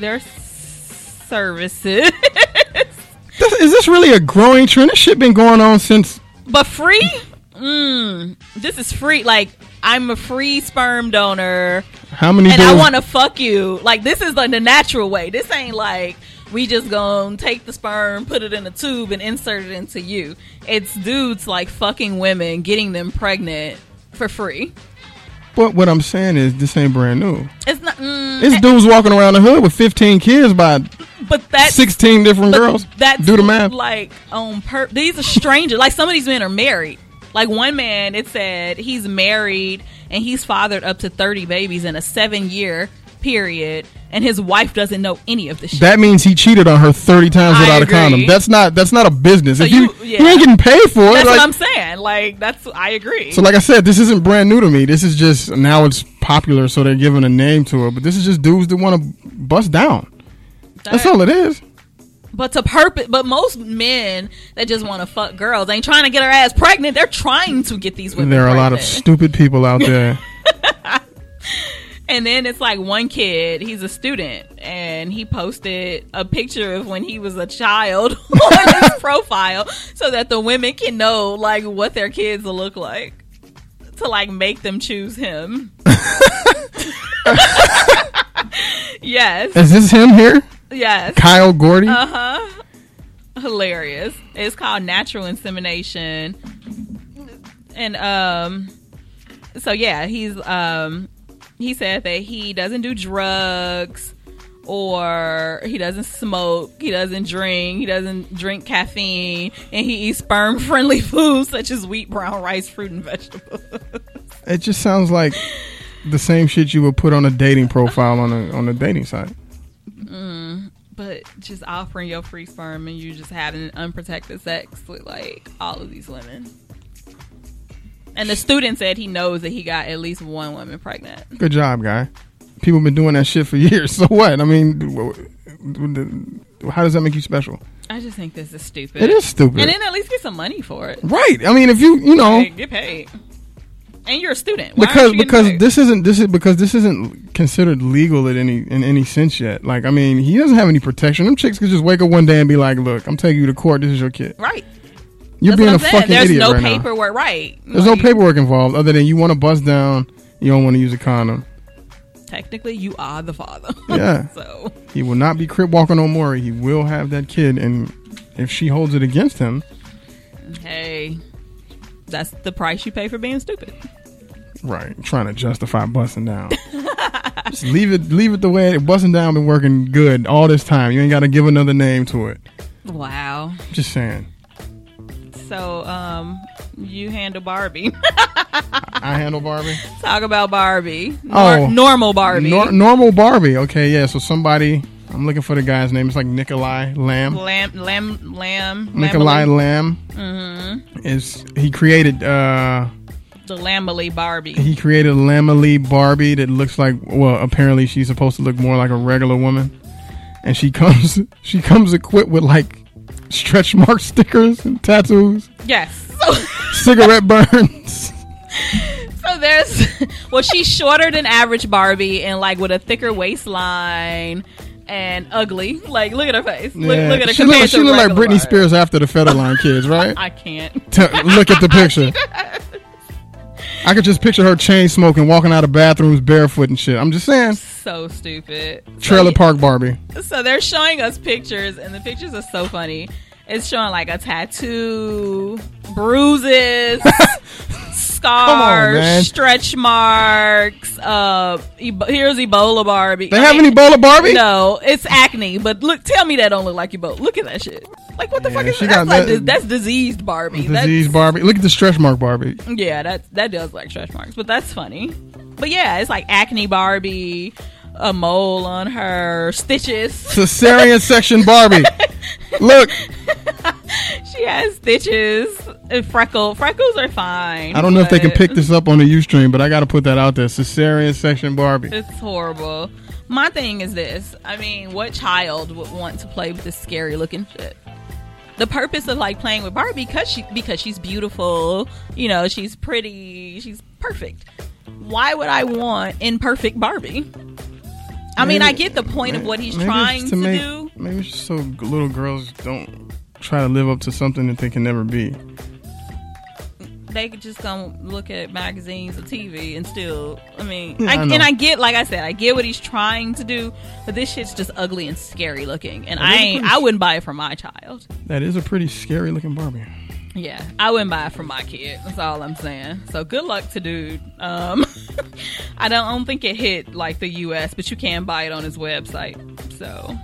Speaker 1: their s- services,
Speaker 3: This, is this really a growing trend? This shit been going on since.
Speaker 1: but free. Mm, this is free. Like I'm a free sperm donor.
Speaker 3: How many
Speaker 1: and
Speaker 3: dudes?
Speaker 1: I want to fuck you. Like this is like the natural way. This ain't like we just gonna take the sperm, put it in a tube, and insert it into you. It's dudes like fucking women, getting them pregnant for free.
Speaker 3: But what I'm saying is, this ain't brand new.
Speaker 1: It's not. Mm,
Speaker 3: It's dudes walking around the hood with 15 kids by
Speaker 1: but that's
Speaker 3: 16 different
Speaker 1: but
Speaker 3: girls.
Speaker 1: That's
Speaker 3: Do the math.
Speaker 1: Like on per. These are strangers. like some of these men are married. Like one man, it said he's married and he's fathered up to thirty babies in a seven-year period, and his wife doesn't know any of this shit.
Speaker 3: That means he cheated on her 30 times
Speaker 1: I
Speaker 3: without
Speaker 1: agree.
Speaker 3: a condom. That's not. That's not a business.
Speaker 1: So
Speaker 3: if you,
Speaker 1: you- yeah.
Speaker 3: you ain't getting paid for it.
Speaker 1: That's
Speaker 3: like-
Speaker 1: what I'm saying. Like that's I agree.
Speaker 3: so like I said, this isn't brand new to me. This is just now it's popular, so they're giving a name to it. But this is just dudes that want to bust down. That's all it is.
Speaker 1: But to purpose, but most men that just want to fuck girls ain't trying to get her ass pregnant. They're trying to get these women.
Speaker 3: There are a lot of
Speaker 1: pregnant.
Speaker 3: stupid people out there.
Speaker 1: And then it's like one kid. He's a student, and he posted a picture of when he was a child on his profile, so that the women can know like what their kids will look like to like make them choose him. yes,
Speaker 3: Is this him here,
Speaker 1: yes.
Speaker 3: Kyle Gordy?
Speaker 1: Uh. Uh-huh. hilarious. It's called natural insemination. And um so yeah, he's um he said that he doesn't do drugs or he doesn't smoke, he doesn't drink, he doesn't drink caffeine, and he eats sperm friendly foods such as wheat, brown rice, fruit and vegetables.
Speaker 3: It just sounds like the same shit you would put on a dating profile on a on a dating site.
Speaker 1: But just offering your free sperm and you just having unprotected sex with like all of these women. And the student said he knows that he got at least one woman pregnant.
Speaker 3: Good job, guy. People been doing that shit for years. So what? I mean, w- w- the- how does that make you special?
Speaker 1: I just think this is stupid.
Speaker 3: It is stupid,
Speaker 1: And then at least get some money for it.
Speaker 3: right? I mean, if you you know
Speaker 1: Like, get paid. And you're a student. Why aren't
Speaker 3: because
Speaker 1: you getting
Speaker 3: because
Speaker 1: paid?
Speaker 3: this isn't this is because this isn't considered legal at any in any sense yet. Like, I mean, he doesn't have any protection. Them chicks could just wake up one day and be like, "Look, I'm taking you to court. This is your kid.
Speaker 1: Right. That's
Speaker 3: You're being
Speaker 1: what
Speaker 3: a
Speaker 1: I'm saying.
Speaker 3: fucking
Speaker 1: There's
Speaker 3: idiot
Speaker 1: no
Speaker 3: right now."
Speaker 1: paperwork. Right.
Speaker 3: There's no
Speaker 1: Like,
Speaker 3: paperwork involved other than you want to bust down. You don't want to use a condom.
Speaker 1: Technically, you are the father.
Speaker 3: Yeah.
Speaker 1: so,
Speaker 3: He will not be crib walking on Maury. He will have that kid, and if she holds it against him,
Speaker 1: hey, that's the price you pay for being stupid.
Speaker 3: right, trying to justify busting down. Just leave it, leave it the way it busting down. Been working good all this time. You ain't got to give another name to it.
Speaker 1: Wow.
Speaker 3: Just saying.
Speaker 1: So um, you handle Barbie.
Speaker 3: I handle Barbie.
Speaker 1: Talk about Barbie. Nor-
Speaker 3: Oh.
Speaker 1: normal Barbie.
Speaker 3: Nor- normal Barbie. Okay, yeah. So somebody, I'm looking for the guy's name. It's like Nikolai Lamb.
Speaker 1: lamb, lamb, lamb.
Speaker 3: Nikolai
Speaker 1: Lambly-
Speaker 3: Lamb is he created uh
Speaker 1: the Lambly Barbie.
Speaker 3: he created Lamely Barbie that looks like well apparently she's supposed to look more like a regular woman, and she comes she comes equipped with like stretch mark stickers and tattoos,
Speaker 1: Yes. So,
Speaker 3: cigarette burns.
Speaker 1: so there's well, she's shorter than average Barbie and like with a thicker waistline and ugly. Like look at her face.
Speaker 3: Yeah.
Speaker 1: Look, look at her.
Speaker 3: she
Speaker 1: compared
Speaker 3: look,
Speaker 1: to
Speaker 3: she look like
Speaker 1: regular
Speaker 3: Britney
Speaker 1: Barbie.
Speaker 3: Spears after the Federline kids, right?
Speaker 1: I can't.
Speaker 3: T- look at the picture. I could just picture her chain smoking, walking out of bathrooms barefoot and shit. I'm just saying,
Speaker 1: So stupid.
Speaker 3: trailer
Speaker 1: so,
Speaker 3: park Barbie.
Speaker 1: So they're showing us pictures, and the pictures are so funny. It's showing like a tattoo, bruises, scars,
Speaker 3: man.
Speaker 1: stretch marks. Uh, Ebo- here's Ebola Barbie.
Speaker 3: They have any Ebola Barbie?
Speaker 1: No, it's acne. But look, tell me that don't look like Ebola. Look at that shit. Like what the
Speaker 3: Yeah,
Speaker 1: fuck is
Speaker 3: she
Speaker 1: that?
Speaker 3: got
Speaker 1: That's, like, dis-
Speaker 3: that-
Speaker 1: that's diseased Barbie.
Speaker 3: Disease
Speaker 1: That's-
Speaker 3: Barbie. Look at the stretch mark Barbie.
Speaker 1: yeah, that that does like stretch marks, but that's funny. But yeah, it's like acne Barbie, a mole on her, stitches.
Speaker 3: Cesarean section Barbie. Look,
Speaker 1: She has stitches, and freckle. Freckles are fine.
Speaker 3: I don't know if they can
Speaker 1: but
Speaker 3: pick this up on the Ustream, but I got to put that out there. Cesarean section Barbie.
Speaker 1: It's horrible. My thing is this. I mean, what child would want to play with this scary looking shit? The purpose of like playing with Barbie because she because she's beautiful, you know, she's pretty, she's perfect. Why would I want imperfect Barbie? I mean,
Speaker 3: Maybe-
Speaker 1: I get the point of what he's
Speaker 3: Maybe
Speaker 1: trying
Speaker 3: it's
Speaker 1: to,
Speaker 3: make-
Speaker 1: do.
Speaker 3: Maybe it's just so g- little girls don't try to live up to something that they can never be.
Speaker 1: They could just go look at magazines or TV and still, I mean,
Speaker 3: Yeah,
Speaker 1: I,
Speaker 3: I know.
Speaker 1: and I get, like I said, I get what he's trying to do, but this shit's just ugly and scary looking, and I
Speaker 3: is
Speaker 1: ain't,
Speaker 3: pretty-
Speaker 1: I wouldn't buy it for my child.
Speaker 3: That is a pretty scary looking Barbie.
Speaker 1: Yeah, I wouldn't buy it from my kid. That's all I'm saying. So good luck to dude. Um, I don't, I don't think it hit like the U.S., but you can buy it on his website. So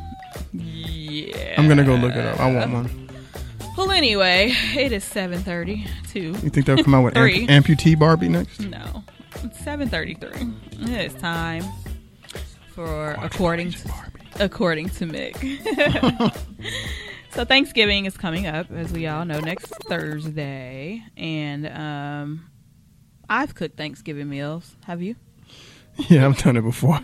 Speaker 1: yeah,
Speaker 3: I'm gonna go look it up. I want one.
Speaker 1: Well, anyway, it is 7:30. Two.
Speaker 3: You think they'll come out with
Speaker 1: Three.
Speaker 3: amp- amputee Barbie next?
Speaker 1: No, it's 7:33. It is time for according to according to Mick. so Thanksgiving is coming up, as we all know, next Thursday, and um, I've cooked Thanksgiving meals. Have you?
Speaker 3: Yeah, I've done it before.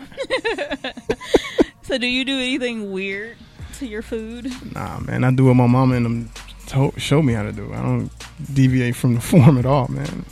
Speaker 1: So do you do anything weird to your food?
Speaker 3: Nah, man, I do what my mama and them to- showed me how to do. I don't deviate from the form at all, man.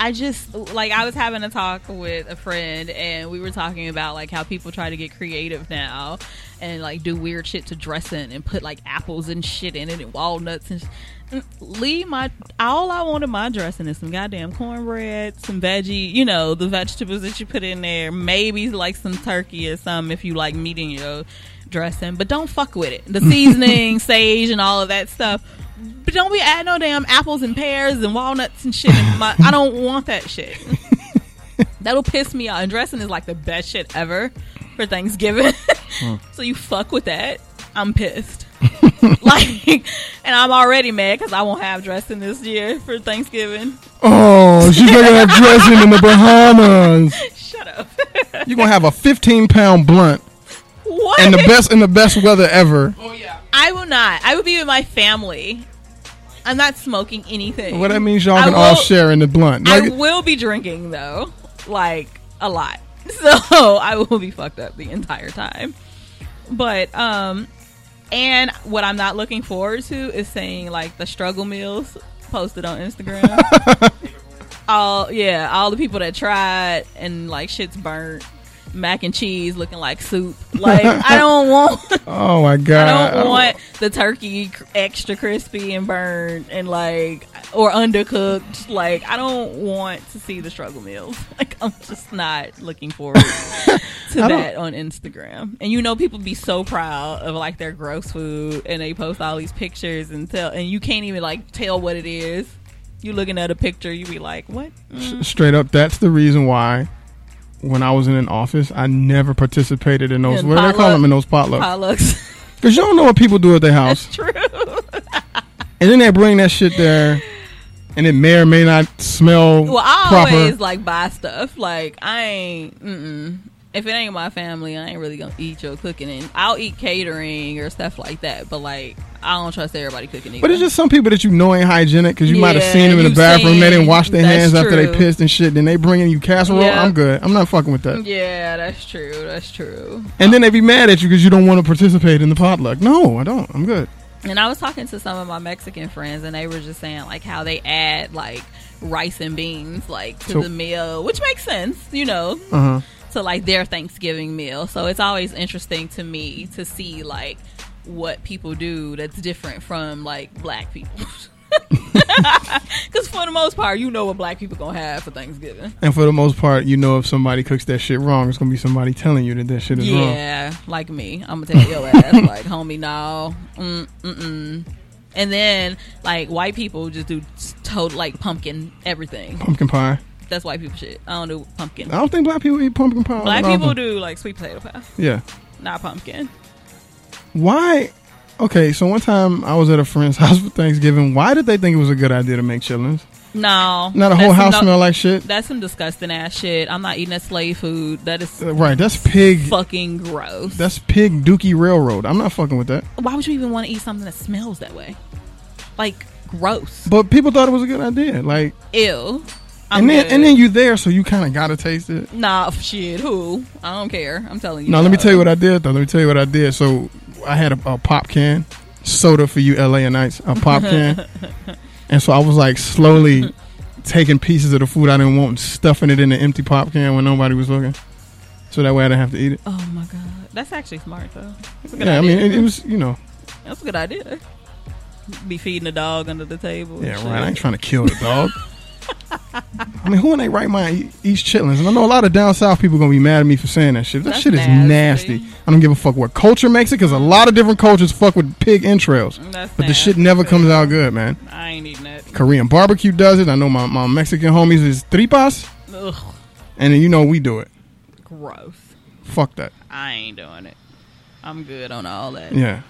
Speaker 1: I just like I was having a talk with a friend and we were talking about like how people try to get creative now and like do weird shit to dressing and put like apples and shit in it and walnuts and sh- Mm, leave my all I want in my dressing is some goddamn cornbread, some veggie, you know, the vegetables that you put in there, maybe like some turkey or some if you like meat in your dressing, but don't fuck with it. The seasoning, sage and all of that stuff. But don't be adding no damn apples and pears and walnuts and shit. In my, I don't want that shit. That'll piss me off. And dressing is like the best shit ever for Thanksgiving.
Speaker 3: Hmm.
Speaker 1: so you fuck with that, I'm pissed. like, and I'm already mad because I won't have dressing this year for Thanksgiving.
Speaker 3: Oh, she's making that dressing in the Bahamas.
Speaker 1: Shut up.
Speaker 3: You're gonna have a 15 pound blunt
Speaker 1: what?
Speaker 3: and the best in the best weather ever.
Speaker 1: Oh, I will not. I will be with my family. I'm not smoking anything.
Speaker 3: Well, that means y'all
Speaker 1: I
Speaker 3: can all
Speaker 1: will-
Speaker 3: share in the blunt.
Speaker 1: I
Speaker 3: Like,
Speaker 1: will be drinking though, like a lot. So I will be fucked up the entire time. But um and what I'm not looking forward to is saying like the struggle meals posted on Instagram. all yeah, all the people that tried and like shit's burnt. Mac and cheese looking like soup. Like I don't want
Speaker 3: oh my
Speaker 1: I
Speaker 3: god!
Speaker 1: don't want the turkey cr- extra crispy and burned and like or undercooked. Like I don't want to see the struggle meals. Like I'm just not looking forward to that on Instagram. And you know people be so proud of like their gross food and they post all these pictures and tell and you can't even like tell what it is. You looking at a picture, you be like, "What?
Speaker 3: S- Straight up, that's the reason why. When I was in an office, I never participated in those.
Speaker 1: In
Speaker 3: what do they call
Speaker 1: potluck.
Speaker 3: them in those potlucks?
Speaker 1: Potlucks."
Speaker 3: Because you don't know what people do at their house.
Speaker 1: That's true.
Speaker 3: And then they bring that shit there, and it may or may not smell
Speaker 1: Well, I
Speaker 3: proper.
Speaker 1: always like buy stuff. Like I ain't. Mm-mm. If it ain't my family, I ain't really gonna eat your cooking. And I'll eat catering or stuff like that. But like, I don't trust everybody cooking. Either.
Speaker 3: But it's just some people that you know ain't hygienic because you might have
Speaker 1: Yeah,
Speaker 3: seen them in the
Speaker 1: you've
Speaker 3: bathroom. They didn't
Speaker 1: seen-
Speaker 3: wash their
Speaker 1: that's
Speaker 3: hands after they
Speaker 1: true.
Speaker 3: pissed and shit. Then they bringing you casserole.
Speaker 1: Yeah.
Speaker 3: I'm good. I'm not fucking with that.
Speaker 1: yeah, that's true. That's true.
Speaker 3: And then they be mad at you because you don't want to participate in the potluck. No, I don't. I'm good.
Speaker 1: And I was talking to some of my Mexican friends, and they were just saying like how they add like rice and beans like to
Speaker 3: So-
Speaker 1: the meal, which makes sense, you know,
Speaker 3: Uh huh.
Speaker 1: to like their Thanksgiving meal. So it's always interesting to me to see like what people do that's different from like black people. Because for the most part, you know what black people gonna have for Thanksgiving.
Speaker 3: And for the most part, you know if somebody cooks that shit wrong, it's gonna be somebody telling you that that shit is wrong.
Speaker 1: Yeah, like me. I'm gonna tell your ass, like, homie, no, mm, mm-mm. And then, like, white people just do s- total like pumpkin everything.
Speaker 3: Pumpkin pie.
Speaker 1: That's white people shit. I don't do pumpkin.
Speaker 3: I don't think black people eat pumpkin pie.
Speaker 1: Black
Speaker 3: I don't
Speaker 1: people
Speaker 3: think-
Speaker 1: do like sweet potato pie,
Speaker 3: Yeah.
Speaker 1: not pumpkin.
Speaker 3: Why? Okay, so one time I was at a friend's house for Thanksgiving. Why did they think it was a good idea to make chillins?
Speaker 1: No,
Speaker 3: Not a
Speaker 1: that's
Speaker 3: whole
Speaker 1: some
Speaker 3: house
Speaker 1: no-
Speaker 3: smell like shit.
Speaker 1: That's some disgusting ass shit. I'm not eating that slave food. That is
Speaker 3: Uh, Right, that's pig.
Speaker 1: fucking gross.
Speaker 3: That's pig Dookie Railroad. I'm not fucking with that.
Speaker 1: Why would you even want to eat something that smells that way? Like gross.
Speaker 3: But people thought it was a good idea. Like,
Speaker 1: Ew. I'm
Speaker 3: and then
Speaker 1: good.
Speaker 3: and then you there, so you kind of gotta taste it.
Speaker 1: Nah, f- shit. Who? I don't care. I'm telling you.
Speaker 3: Now let me tell you what I did though. Let me tell you what I did. So I had a, a pop can soda for you LAites, a pop can, and so I was like slowly taking pieces of the food I didn't want, and stuffing it in the empty pop can when nobody was looking, so that way I didn't have to eat it.
Speaker 1: Oh my god, that's actually smart though. That's a good
Speaker 3: Yeah, I
Speaker 1: idea.
Speaker 3: mean it, it was you know
Speaker 1: that's a good idea. Be feeding the dog under the table. and
Speaker 3: yeah
Speaker 1: shit.
Speaker 3: right. I ain't trying to kill the dog. I mean, who in their right mind eat- eats chitlins? And I know a lot of down south people gonna be mad at me for saying that shit. That
Speaker 1: That's
Speaker 3: shit is
Speaker 1: nasty.
Speaker 3: nasty. I don't give a fuck what culture makes it, because a lot of different cultures fuck with pig entrails.
Speaker 1: That's
Speaker 3: But the
Speaker 1: nasty.
Speaker 3: shit never comes out good, man.
Speaker 1: I ain't eating that.
Speaker 3: Korean barbecue does it. I know my, my Mexican homies is tripas,
Speaker 1: Ugh,
Speaker 3: and then you know we do it.
Speaker 1: gross.
Speaker 3: Fuck that.
Speaker 1: I ain't doing it. I'm good on all that.
Speaker 3: Yeah.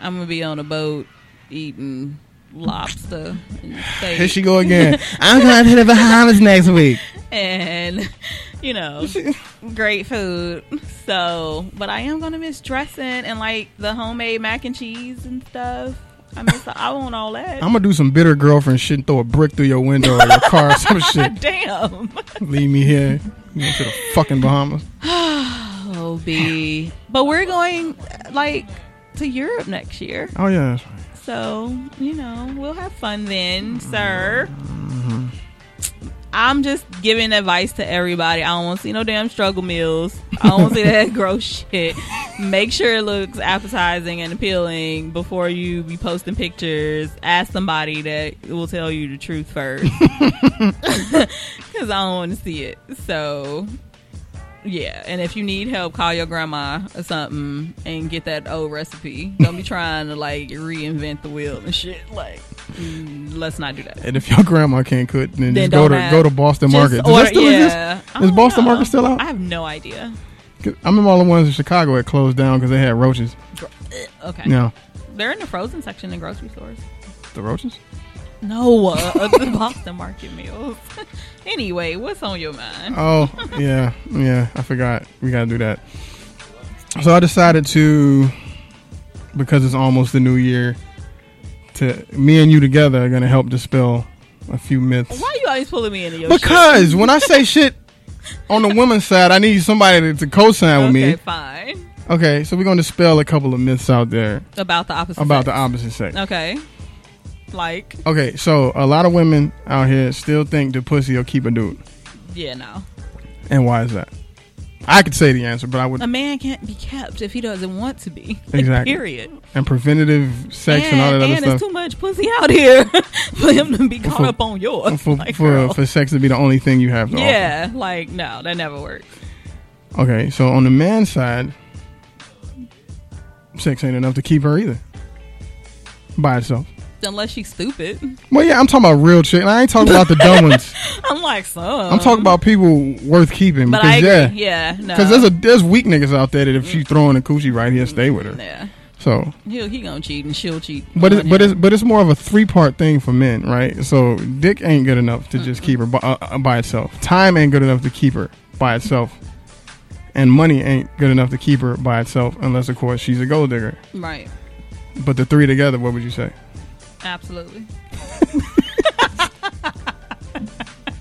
Speaker 1: I'm gonna be on a boat eating lobster and steak,
Speaker 3: Here she go again. I'm going to the Bahamas next week.
Speaker 1: and you know, great food. So, but I am gonna miss dressing and like the homemade mac and cheese and stuff. I miss. I want all that.
Speaker 3: I'm gonna do some bitter girlfriend shit and throw a brick through your window or your car or some shit.
Speaker 1: Damn.
Speaker 3: Leave me here. You know, to the fucking Bahamas.
Speaker 1: Oh, B. But we're going like to Europe next year.
Speaker 3: Oh yeah, that's right.
Speaker 1: So, you know, we'll have fun then, sir. I'm just giving advice to everybody. I don't want to see no damn struggle meals. I don't want to see that gross shit. Make sure it looks appetizing and appealing before you be posting pictures. Ask somebody that will tell you the truth first. Because I don't want to see it. So, yeah, and if you need help, call your grandma or something and get that old recipe. Don't be trying to like reinvent the wheel and shit. Like, mm, let's not do that.
Speaker 3: And if your grandma can't cook, then,
Speaker 1: Then
Speaker 3: just go
Speaker 1: don't
Speaker 3: to
Speaker 1: ask.
Speaker 3: go to Boston Market. Does
Speaker 1: order-
Speaker 3: that still
Speaker 1: yeah. I
Speaker 3: Is
Speaker 1: don't
Speaker 3: Boston Market still out?
Speaker 1: I have no idea.
Speaker 3: exist? 'Cause I remember all the ones in Chicago that closed down because they had roaches.
Speaker 1: Uh, Okay,
Speaker 3: No,
Speaker 1: they're in the frozen section in grocery stores.
Speaker 3: the roaches.
Speaker 1: No, uh, of the Boston Market meals. anyway, what's on your mind?
Speaker 3: Oh yeah, yeah. I forgot. We gotta do that. So I decided to, because it's almost the new year, to me and you together are gonna help dispel a few myths.
Speaker 1: Why you always pulling me into your shit?
Speaker 3: Because when I say shit on the women's side, I need somebody to, to co-sign with
Speaker 1: okay,
Speaker 3: me.
Speaker 1: fine.
Speaker 3: Okay, so we're gonna dispel a couple of myths out there
Speaker 1: About the opposite.
Speaker 3: about the
Speaker 1: sex.
Speaker 3: opposite sex.
Speaker 1: Okay, like
Speaker 3: Okay, so a lot of women out here still think the pussy will keep a dude,
Speaker 1: yeah, no.
Speaker 3: and why is that? I could say the answer, but I would.
Speaker 1: A man can't be kept if he doesn't want to be. Like,
Speaker 3: Exactly.
Speaker 1: Period.
Speaker 3: And preventative sex and,
Speaker 1: and
Speaker 3: all that
Speaker 1: and
Speaker 3: other stuff.
Speaker 1: it's too much pussy out here for him to be caught
Speaker 3: For-
Speaker 1: up on yours.
Speaker 3: for,
Speaker 1: Like,
Speaker 3: for,
Speaker 1: girl.
Speaker 3: for sex to be the only thing you have to
Speaker 1: yeah, like no, that never works.
Speaker 3: offer. Okay, so on the man's side, sex ain't enough to keep her either. By itself.
Speaker 1: Unless she's stupid.
Speaker 3: Well, yeah, I'm talking about real chick. and I ain't talking about the dumb ones.
Speaker 1: I'm like some.
Speaker 3: I'm talking about people worth keeping.
Speaker 1: But
Speaker 3: Because,
Speaker 1: I agree. Yeah,
Speaker 3: yeah.
Speaker 1: no.
Speaker 3: Because there's, a- there's weak niggas out there that if she's throwing a coochie right here, stay with her.
Speaker 1: yeah.
Speaker 3: So,
Speaker 1: He'll, he gonna cheat and she'll cheat.
Speaker 3: but
Speaker 1: on
Speaker 3: it's, but
Speaker 1: him.
Speaker 3: it's but it's more of a three part thing for men, right? So dick ain't good enough to just keep her by, uh, by itself. Time ain't good enough to keep her by itself, and money ain't good enough to keep her by itself unless, of course, she's a gold digger.
Speaker 1: right.
Speaker 3: But the three together, what would you say?
Speaker 5: Absolutely.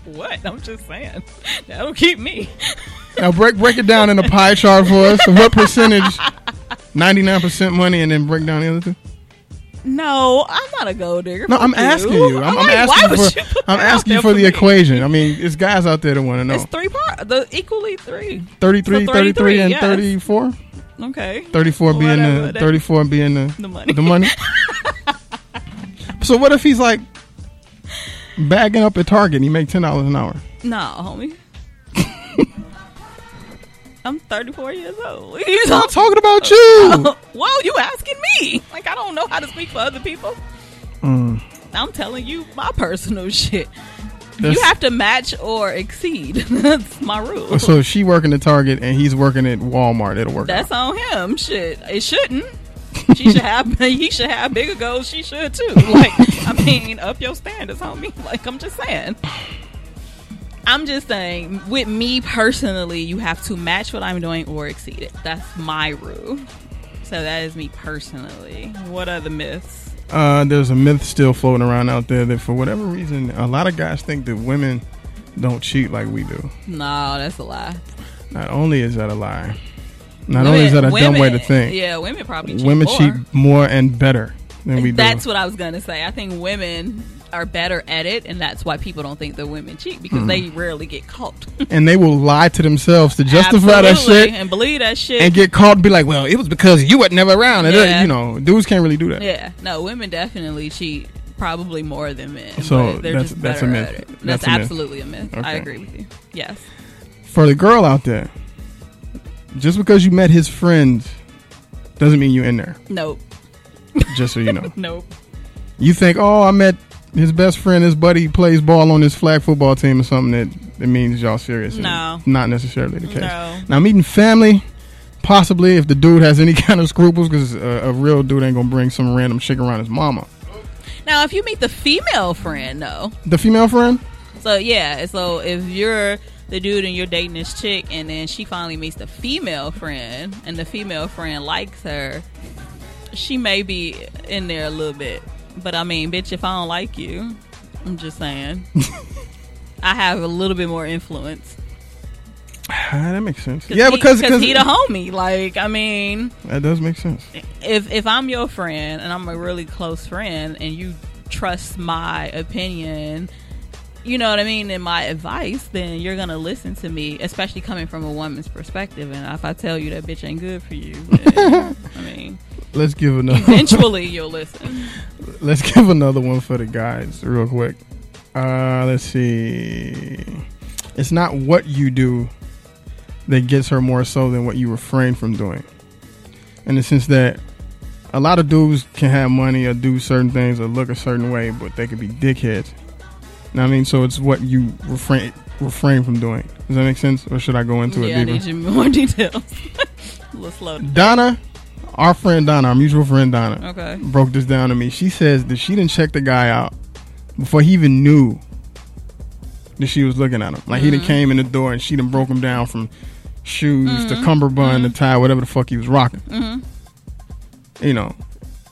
Speaker 5: what? I'm just saying. That'll keep me.
Speaker 3: Now break break it down in a pie chart for us. What percentage? Ninety nine percent money, and then break down the other two.
Speaker 1: No, I'm not a gold digger.
Speaker 3: No,
Speaker 1: Fuck
Speaker 3: I'm asking you. I'm, I'm
Speaker 1: like, why
Speaker 3: asking
Speaker 1: would
Speaker 3: for.
Speaker 1: you put
Speaker 3: I'm
Speaker 1: that out
Speaker 3: asking you
Speaker 1: there
Speaker 3: for the
Speaker 1: me?
Speaker 3: equation. I mean, it's guys out there that want to
Speaker 1: It's
Speaker 3: know.
Speaker 1: three part, the equally three.
Speaker 3: 33,
Speaker 1: so
Speaker 3: 33,
Speaker 1: 33,
Speaker 3: and
Speaker 1: yes.
Speaker 3: 34?
Speaker 1: Okay,
Speaker 3: 34 being
Speaker 1: Whatever,
Speaker 3: the
Speaker 1: that-
Speaker 3: 34 being the
Speaker 1: the money.
Speaker 3: the money. so what if he's like bagging up at Target and he make ten dollars an hour?
Speaker 1: Nah, homie. I'm 34 years old. You don't-
Speaker 3: I'm talking about
Speaker 1: Oh,
Speaker 3: you.
Speaker 1: Whoa, you asking me? Like I don't know how to speak for other people.
Speaker 3: Mm,
Speaker 1: I'm telling you my personal shit.
Speaker 3: that's- Oh,
Speaker 1: you have to match or exceed. That's my rule.
Speaker 3: so she working at Target and he's working at Walmart. It'll work.
Speaker 1: That's on him. Shit, it shouldn't. She should have. He should have bigger goals. She should too. Like, I mean, up your standards, homie. Like, I'm just saying. I'm just saying, with me personally, you have to match what I'm doing or exceed it. That's my rule. So that is me personally. What are the myths?
Speaker 3: Uh, there's a myth still floating around out there that for whatever reason, a lot of guys think that women don't cheat like we do.
Speaker 1: No, that's a lie.
Speaker 3: Not only is that a lie, not only is that a dumb way to think,
Speaker 1: Yeah, women probably cheat
Speaker 3: women
Speaker 1: more.
Speaker 3: cheat more and better than we
Speaker 1: that's
Speaker 3: do.
Speaker 1: what I was gonna say. I think women are better at it, and that's why people don't think that women cheat because
Speaker 3: Hmm.
Speaker 1: they rarely get caught.
Speaker 3: and they will lie to themselves to justify that
Speaker 1: Absolutely,
Speaker 3: shit
Speaker 1: and believe that shit.
Speaker 3: and get caught and be like, well, it was because you were never around. And, uh,
Speaker 1: Yeah.
Speaker 3: you know, dudes can't really do that.
Speaker 1: yeah, no, women definitely cheat probably more than men.
Speaker 3: So,
Speaker 1: but they're
Speaker 3: that's-
Speaker 1: just
Speaker 3: that's a
Speaker 1: better
Speaker 3: myth.
Speaker 1: at it. That's,
Speaker 3: That's a myth.
Speaker 1: absolutely a myth. I
Speaker 3: Okay.
Speaker 1: agree with you. Yes,
Speaker 3: For the girl out there, just because you met his friends doesn't mean you're in there,
Speaker 1: nope,
Speaker 3: just so you know.
Speaker 1: nope.
Speaker 3: you think, oh, I met his best friend, his buddy plays ball on his flag football team or something that, that means y'all serious. and
Speaker 1: No.
Speaker 3: Not necessarily the case.
Speaker 5: No.
Speaker 3: Now, meeting family, possibly if the dude has any kind of scruples, because a, a real dude ain't going to bring some random chick around his mama.
Speaker 1: Now, if you meet the female friend, though,
Speaker 3: The female friend?
Speaker 1: So yeah, so if you're the dude and you're dating this chick, and then she finally meets the female friend, and the female friend likes her, she may be in there a little bit. But I mean, bitch, if I don't like you, I'm just saying, I have a little bit more influence.
Speaker 3: Ah, that makes sense.
Speaker 1: 'Cause
Speaker 3: yeah,
Speaker 1: he-
Speaker 3: because cause
Speaker 1: he the homie. Like I mean,
Speaker 3: that does make sense.
Speaker 1: if if I'm your friend and I'm a really close friend and you trust my opinion, you know what I mean, and my advice, then you're gonna listen to me, especially coming from a woman's perspective. And if I tell you that bitch ain't good for you, then, I mean,
Speaker 3: Let's give another.
Speaker 1: eventually you'll listen.
Speaker 3: let's give another one for the guys, real quick. Uh, let's see. It's not what you do that gets her more so than what you refrain from doing. In the sense that a lot of dudes can have money or do certain things or look a certain way, but they could be dickheads. Know what I mean, so it's what you refrain refrain from doing. Does that make sense, or should I go into
Speaker 1: Yeah, I
Speaker 3: it deeper?
Speaker 1: need you more details. a little slow.
Speaker 3: Donna, our friend Donna, our mutual friend Donna,
Speaker 1: Okay.
Speaker 3: broke this down to me. She says that she didn't check the guy out before he even knew that she was looking at him. Like he
Speaker 1: Mm-hmm.
Speaker 3: done came in the door and she done broke him down from shoes
Speaker 1: Mm-hmm.
Speaker 3: to cummerbund to tie, whatever the fuck he was rocking. You know,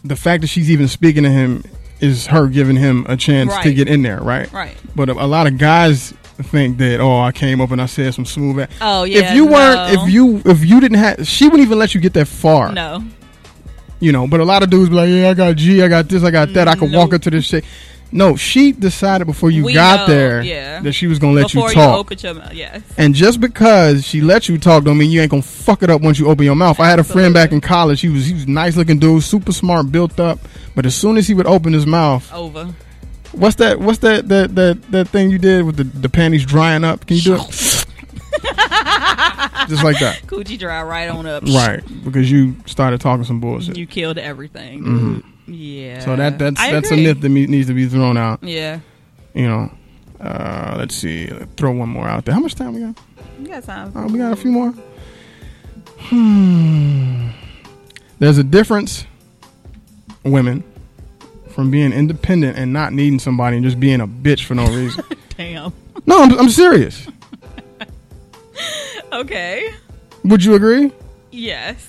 Speaker 3: the fact that she's even speaking to him is her giving him a chance to
Speaker 1: Right.
Speaker 3: get in there, right?
Speaker 1: Right.
Speaker 3: But a, a lot of guys think that oh, I came up and I said some smooth. Ass.
Speaker 1: Oh yeah.
Speaker 3: if you weren't,
Speaker 1: no.
Speaker 3: if you if you didn't have, she wouldn't even let you get that far
Speaker 1: no,
Speaker 3: you know. But a lot of dudes be like, "Yeah, I got G, I got this, I got that. I could walk
Speaker 1: No.
Speaker 3: up to this shit." No, she decided before you
Speaker 1: We
Speaker 3: got
Speaker 1: know,
Speaker 3: there
Speaker 1: yeah.
Speaker 3: that she was gonna let
Speaker 1: before
Speaker 3: you
Speaker 1: you,
Speaker 3: talk.
Speaker 1: open your mouth, yes.
Speaker 3: and just because she let you talk, don't mean you ain't gonna fuck it up once you open your mouth. I had a friend back in college. He was he was nice looking dude, super smart, built up. But as soon as he would open his mouth,
Speaker 1: Over.
Speaker 3: what's that? What's that? That that that thing you did with the, the panties drying up? Can you do it? just like that,
Speaker 1: Coochie dry right on up.
Speaker 3: right? Because you started talking some bullshit. Mm-hmm.
Speaker 1: You killed everything. Yeah.
Speaker 3: so that that's
Speaker 1: I
Speaker 3: that's
Speaker 1: agree.
Speaker 3: a myth that me- needs to be thrown out.
Speaker 1: Yeah.
Speaker 3: you know. Uh, let's see. Throw one more out there. How much time we got?
Speaker 5: You got time.
Speaker 3: Uh, we got a few more. Hmm. There's a difference women from being independent and not needing somebody and just being a bitch for no reason.
Speaker 1: Damn.
Speaker 3: no, I'm, I'm serious.
Speaker 1: Okay.
Speaker 3: Would you agree?
Speaker 1: Yes.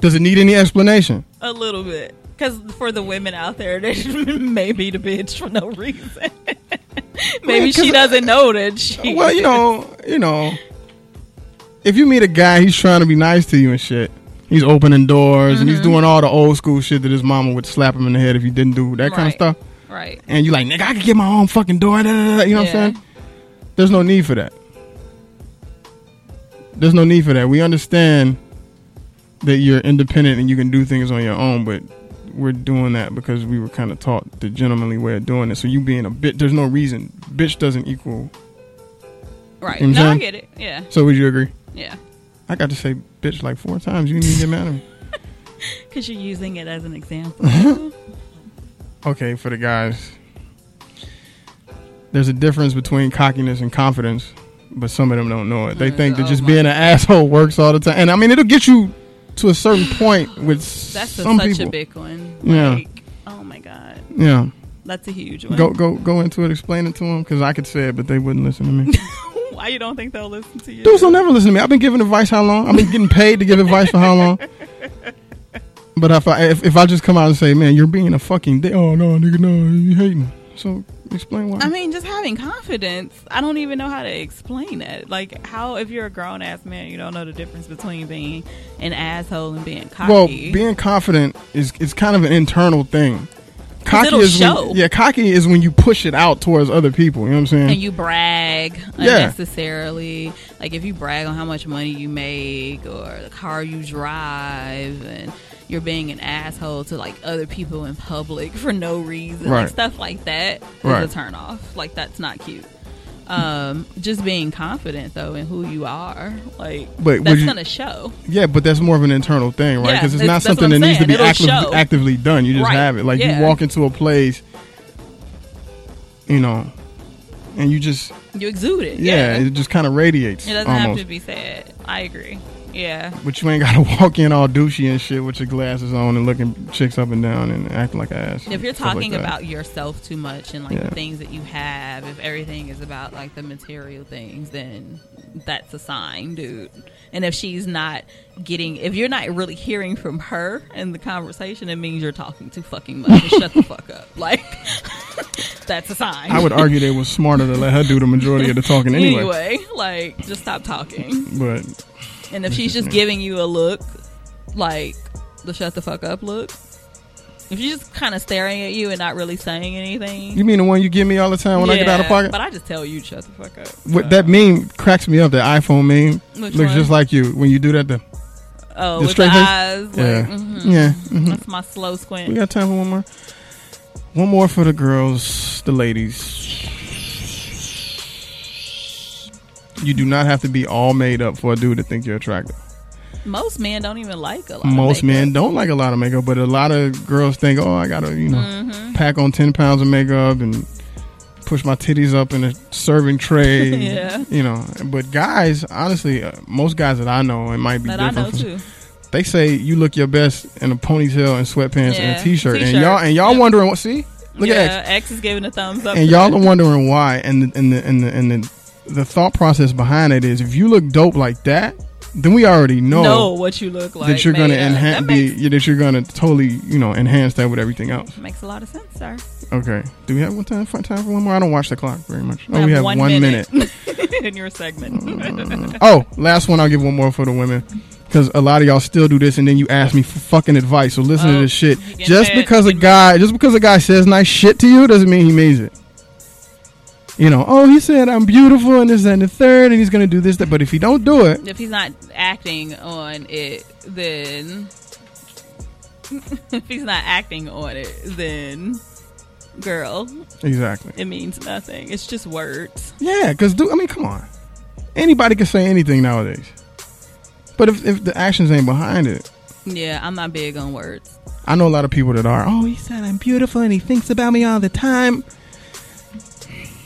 Speaker 3: Does it need any explanation?
Speaker 1: A little bit. Because for the women out there, they may be the bitch for no reason. Maybe
Speaker 3: Man, 'cause,
Speaker 1: she doesn't know that she.
Speaker 3: Well, you know, you know, if you meet a guy, he's trying to be nice to you and shit. He's opening doors and
Speaker 1: Mm-hmm.
Speaker 3: he's doing all the old school shit that his mama would slap him in the head if he didn't do that kind of
Speaker 1: Right.
Speaker 3: stuff.
Speaker 1: Right.
Speaker 3: And you like, nigga, I can get my own fucking door. Da, da, da, da," you know what
Speaker 1: Yeah.
Speaker 3: I'm saying? There's no need for that. There's no need for that. We understand that you're independent and you can do things on your own, but we're doing that because we were kind of taught the gentlemanly way of doing it. So you being a bitch, there's no reason. Bitch doesn't equal.
Speaker 1: Right.
Speaker 3: You know what I'm
Speaker 1: No, I
Speaker 3: saying?
Speaker 1: get it. Yeah.
Speaker 3: So would you agree?
Speaker 1: Yeah.
Speaker 3: I got to say bitch like four times. You didn't even get mad at me.
Speaker 1: Because you're using it as an example.
Speaker 3: Okay, for the guys, there's a difference between cockiness and confidence, but some of them don't know it. They think that
Speaker 1: oh
Speaker 3: just
Speaker 1: my
Speaker 3: being an asshole works all the time. And I mean, it'll get you to a certain point with
Speaker 1: That's a,
Speaker 3: some
Speaker 1: such
Speaker 3: people.
Speaker 1: a big one.
Speaker 3: Yeah.
Speaker 1: Like, oh my God.
Speaker 3: yeah,
Speaker 1: That's a huge one.
Speaker 3: go go go into it, explain it to them because I could say it, but they wouldn't listen to me.
Speaker 1: Why you don't think they'll listen to you?
Speaker 3: Dudes don't never listen to me. I've been giving advice how long? I've been getting paid to give advice for how long? But if I if, if I just come out and say, man, you're being a fucking dick. Oh no, nigga, no, you hating. So explain why.
Speaker 1: I mean, just having confidence. I don't even know how to explain that. Like, how if you're a grown ass man, you don't know the difference between being an asshole and being cocky.
Speaker 3: Well, being confident is is kind of an internal thing. Cocky
Speaker 1: it'll
Speaker 3: is
Speaker 1: show.
Speaker 3: When, yeah, cocky is when you push it out towards other people. You know what I'm saying?
Speaker 1: and you brag
Speaker 3: Yeah.
Speaker 1: unnecessarily. Like if you brag on how much money you make or the car you drive, and you're being an asshole to like other people in public for no reason,
Speaker 3: Right.
Speaker 1: like stuff like that is
Speaker 3: Right.
Speaker 1: a turn off. Like that's not cute. Um, just being confident though in who you are, like
Speaker 3: But would
Speaker 1: that's
Speaker 3: you-
Speaker 1: gonna show.
Speaker 3: yeah, but that's more of an internal thing, right?
Speaker 1: Yeah,
Speaker 3: Because it's
Speaker 1: that's-
Speaker 3: not
Speaker 1: that's what
Speaker 3: something that
Speaker 1: I'm
Speaker 3: needs to
Speaker 1: saying.
Speaker 3: be
Speaker 1: It'll
Speaker 3: active,
Speaker 1: show.
Speaker 3: actively done. You just
Speaker 1: Right,
Speaker 3: have it. Like
Speaker 1: yeah.
Speaker 3: you walk into a place, you know, and you just
Speaker 1: You exude it.
Speaker 3: yeah,
Speaker 1: Yeah,
Speaker 3: it just kind of radiates.
Speaker 1: it doesn't have
Speaker 3: almost.
Speaker 1: to be said. I agree. Yeah,
Speaker 3: But you ain't gotta walk in all douchey and shit with your glasses on and looking chicks up and down and acting like an ass.
Speaker 1: if you're
Speaker 3: Stuff like
Speaker 1: talking
Speaker 3: that.
Speaker 1: about yourself too much and like
Speaker 3: Yeah.
Speaker 1: the things that you have if everything is about like the material things then that's a sign dude and if she's not getting if you're not really hearing from her in the conversation it means you're talking too fucking much So shut the fuck up like that's a sign
Speaker 3: I would argue they was smarter to let her do the majority of the talking anyway.
Speaker 1: anyway like just stop talking
Speaker 3: But
Speaker 1: and if she's
Speaker 3: Mm-hmm.
Speaker 1: just giving you a look like the shut the fuck up look if she's just kind of staring at you and not really saying anything
Speaker 3: You mean the one you give me all the time when I get out of
Speaker 1: Yeah,
Speaker 3: pocket?
Speaker 1: But I just tell you, shut the fuck up.
Speaker 3: What, that meme cracks me up. That iPhone meme
Speaker 1: Which
Speaker 3: looks
Speaker 1: one?
Speaker 3: just like you when you do that. The,
Speaker 1: Oh,
Speaker 3: the
Speaker 1: with
Speaker 3: straight
Speaker 1: the
Speaker 3: face?
Speaker 1: eyes. Like,
Speaker 3: yeah,
Speaker 1: mhm.
Speaker 3: yeah. mhm.
Speaker 1: That's my slow
Speaker 3: We
Speaker 1: squint.
Speaker 3: got time for one more. One more for the girls, the ladies. You do not have to be all made up for a dude to think you're attractive.
Speaker 1: Most men don't even like a lot.
Speaker 3: Most
Speaker 1: of
Speaker 3: men
Speaker 1: makeup.
Speaker 3: don't like a lot of makeup, but a lot of girls think, "Oh, I gotta, you know,
Speaker 1: Mm-hmm.
Speaker 3: pack on ten pounds of makeup and push my titties up in a serving tray."
Speaker 1: Yeah.
Speaker 3: you know. But guys, honestly, uh, most guys that I know, it might be
Speaker 1: That I
Speaker 3: different.
Speaker 1: know
Speaker 3: for-
Speaker 1: too.
Speaker 3: They say you look your best in a ponytail and sweatpants and
Speaker 1: Yeah,
Speaker 3: a t-shirt, and
Speaker 1: t-shirt.
Speaker 3: y'all and y'all wondering what? See, look
Speaker 1: yeah,
Speaker 3: at X,
Speaker 1: X. is giving a thumbs up.
Speaker 3: and
Speaker 1: to
Speaker 3: y'all
Speaker 1: that.
Speaker 3: are wondering why. And the, and the and the and the the thought process behind it is, if you look dope like that, then we already know
Speaker 1: know what you look like.
Speaker 3: that you're gonna
Speaker 1: made up.
Speaker 3: enhance
Speaker 1: That makes,
Speaker 3: that you're gonna totally you know enhance that with everything else.
Speaker 1: makes a lot of sense,
Speaker 3: Oh,
Speaker 1: sir.
Speaker 3: Okay, do we have one time for time for one more? I don't watch the clock very much. Oh, we have one, minute.
Speaker 1: in your segment.
Speaker 3: oh, last one. I'll give one more for the women because a lot of y'all still do this, and then you ask me for fucking advice. So listen to
Speaker 1: Oh,
Speaker 3: this shit.
Speaker 1: you get
Speaker 3: Just
Speaker 1: that.
Speaker 3: because a guy, just because a guy says nice shit to you, doesn't mean he means it. You know, oh, he said I'm beautiful and this that, and the third, and he's gonna do this that. But if he don't do it,
Speaker 1: if he's not acting on it, then if he's not acting on it, then girl,
Speaker 3: exactly.
Speaker 1: it means nothing. It's just words.
Speaker 3: Yeah, because dude, I mean, come on. Anybody can say anything nowadays. But if, if the actions ain't behind it,
Speaker 1: Yeah, I'm not big on words.
Speaker 3: I know a lot of people that are. Oh, he said I'm beautiful and he thinks about me all the time.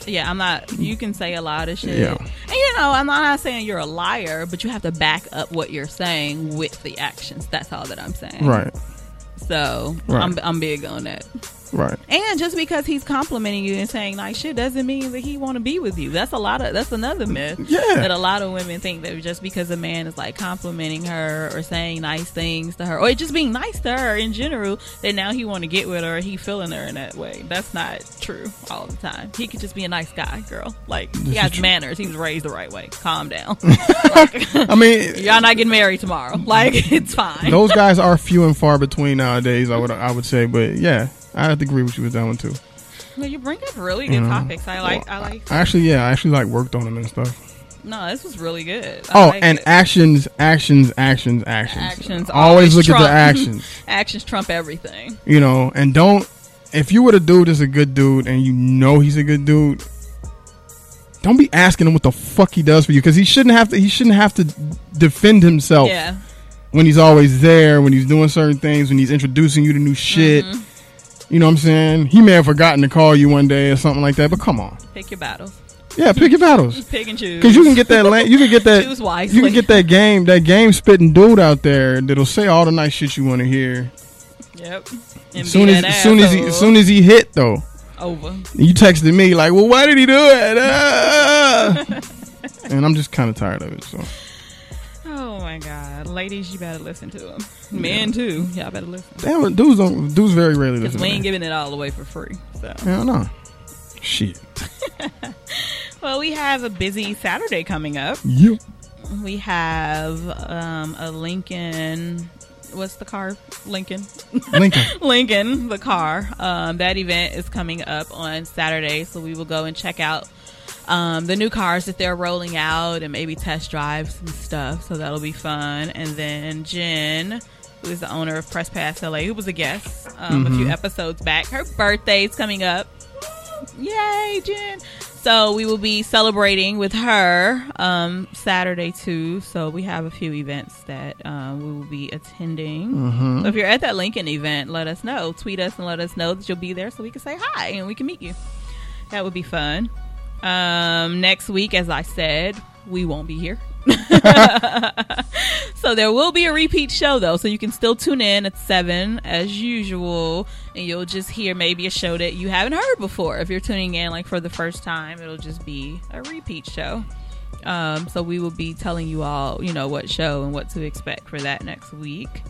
Speaker 1: Yeah, I'm not. You can say a lot of shit.
Speaker 3: Yeah.
Speaker 1: And you know, I'm not saying you're a liar, but you have to back up what you're saying with the actions. That's all that I'm saying.
Speaker 3: Right.
Speaker 6: So
Speaker 3: Right.
Speaker 6: I'm I'm big on that.
Speaker 3: Right.
Speaker 6: And just because he's complimenting you and saying nice shit doesn't mean that he want to be with you. That's a lot of that's another myth
Speaker 3: Yeah.
Speaker 6: that a lot of women think that just because a man is like complimenting her or saying nice things to her or just being nice to her in general, that now he want to get with her, he feeling her in that way. That's not true all the time. He could just be a nice guy, girl. Like he has manners. He was raised the right way. Calm down.
Speaker 3: I mean,
Speaker 6: Y'all not getting married tomorrow. Like it's fine.
Speaker 3: those guys are few and far between nowadays. I would I would say, but yeah, I have to agree with you with that one too.
Speaker 6: Well, you bring up really
Speaker 3: Mm-hmm.
Speaker 6: good topics. I like. I like.
Speaker 3: I actually, yeah, I actually like worked on them and stuff.
Speaker 6: No, this was really good. I
Speaker 3: Oh,
Speaker 6: like
Speaker 3: and
Speaker 6: it.
Speaker 3: actions, actions, actions, actions.
Speaker 6: Actions
Speaker 3: Always,
Speaker 6: always
Speaker 3: look at the
Speaker 6: trump.
Speaker 3: actions.
Speaker 6: actions trump everything.
Speaker 3: you know, and don't if you were the dude that's a good dude and you know he's a good dude, don't be asking him what the fuck he does for you because he shouldn't have to. He shouldn't have to defend himself
Speaker 6: Yeah,
Speaker 3: when he's always there, when he's doing certain things, when he's introducing you to new shit.
Speaker 6: Mm-hmm.
Speaker 3: You know what I'm saying? He may have forgotten to call you one day or something like that. But come on,
Speaker 6: pick your battles.
Speaker 3: yeah, pick your battles
Speaker 6: Pick and choose.
Speaker 3: because you can get that. La- you can get that.
Speaker 6: Choose wisely.
Speaker 3: You can get that game. That game spitting dude out there that'll say all the nice shit you want to hear.
Speaker 6: Yep. And
Speaker 3: As soon
Speaker 6: be
Speaker 3: as,
Speaker 6: that
Speaker 3: as soon as he, as
Speaker 6: asshole.
Speaker 3: soon as he hit though.
Speaker 6: over.
Speaker 3: You texted me like, "Well, why did he do it?" Ah. and I'm just kind of tired of it. So
Speaker 6: Oh my God, ladies, you better listen to him. Men too, y'all better listen.
Speaker 3: damn, dudes don't dudes very rarely
Speaker 6: Cause
Speaker 3: listen.
Speaker 6: we
Speaker 3: to
Speaker 6: ain't
Speaker 3: me.
Speaker 6: giving it all away for free. So.
Speaker 3: Hell no. Shit.
Speaker 1: Well, we have a busy Saturday coming up.
Speaker 3: You.
Speaker 1: We have um, a Lincoln. What's the car? Lincoln.
Speaker 3: Lincoln.
Speaker 1: Lincoln, the car. Um, that event is coming up on Saturday, so we will go and check out um, the new cars that they're rolling out and maybe test drive some stuff. So that'll be fun. And then Jen, who is the owner of Press Pass LA, who was a guest um, a few episodes back, her birthday's coming up. Yay, Jen! So we will be celebrating with her um, Saturday too. So we have a few events that um, we will be attending. So if you're at that Lincoln event, let us know. Tweet us and let us know that you'll be there, so we can say hi and we can meet you. That would be fun. Um, next week, as I said, we won't be here. so there will be a repeat show though, so you can still tune in at seven as usual, and you'll just hear maybe a show that you haven't heard before. If you're tuning in like for the first time, it'll just be a repeat show. Um, so we will be telling you all, you know, what show and what to expect for that next week.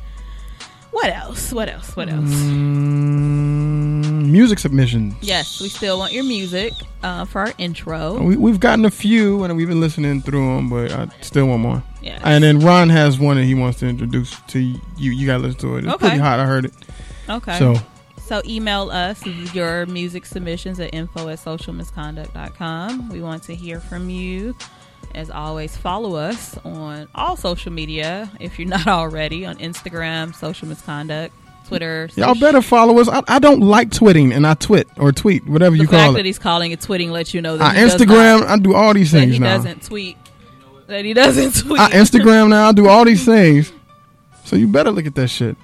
Speaker 1: What else? What else? What else?
Speaker 3: Mm, music submissions.
Speaker 1: Yes, we still want your music uh, for our intro.
Speaker 3: We, we've gotten a few and we've been listening through them, but I still want more.
Speaker 1: Yes.
Speaker 3: And then Ron has one that he wants to introduce to you. You got to listen to it. It's
Speaker 1: Okay.
Speaker 3: pretty hot. I heard it.
Speaker 1: Okay.
Speaker 3: So
Speaker 1: So email us your music submissions at info at socialmisconduct.com. We want to hear from you. As always, follow us on all social media if you're not already on Instagram, social misconduct, Twitter.
Speaker 3: y'all better follow us. I, I don't like twitting and I twit or tweet, whatever
Speaker 1: The
Speaker 3: you
Speaker 1: fact
Speaker 3: call
Speaker 1: that
Speaker 3: it.
Speaker 1: he's calling it tweeting lets you know
Speaker 3: I
Speaker 1: that he does not-
Speaker 3: Instagram. I do all these
Speaker 1: that
Speaker 3: things
Speaker 1: he
Speaker 3: now.
Speaker 1: doesn't tweet. That he doesn't tweet.
Speaker 3: I Instagram now. I do all these things. So you better look at that shit.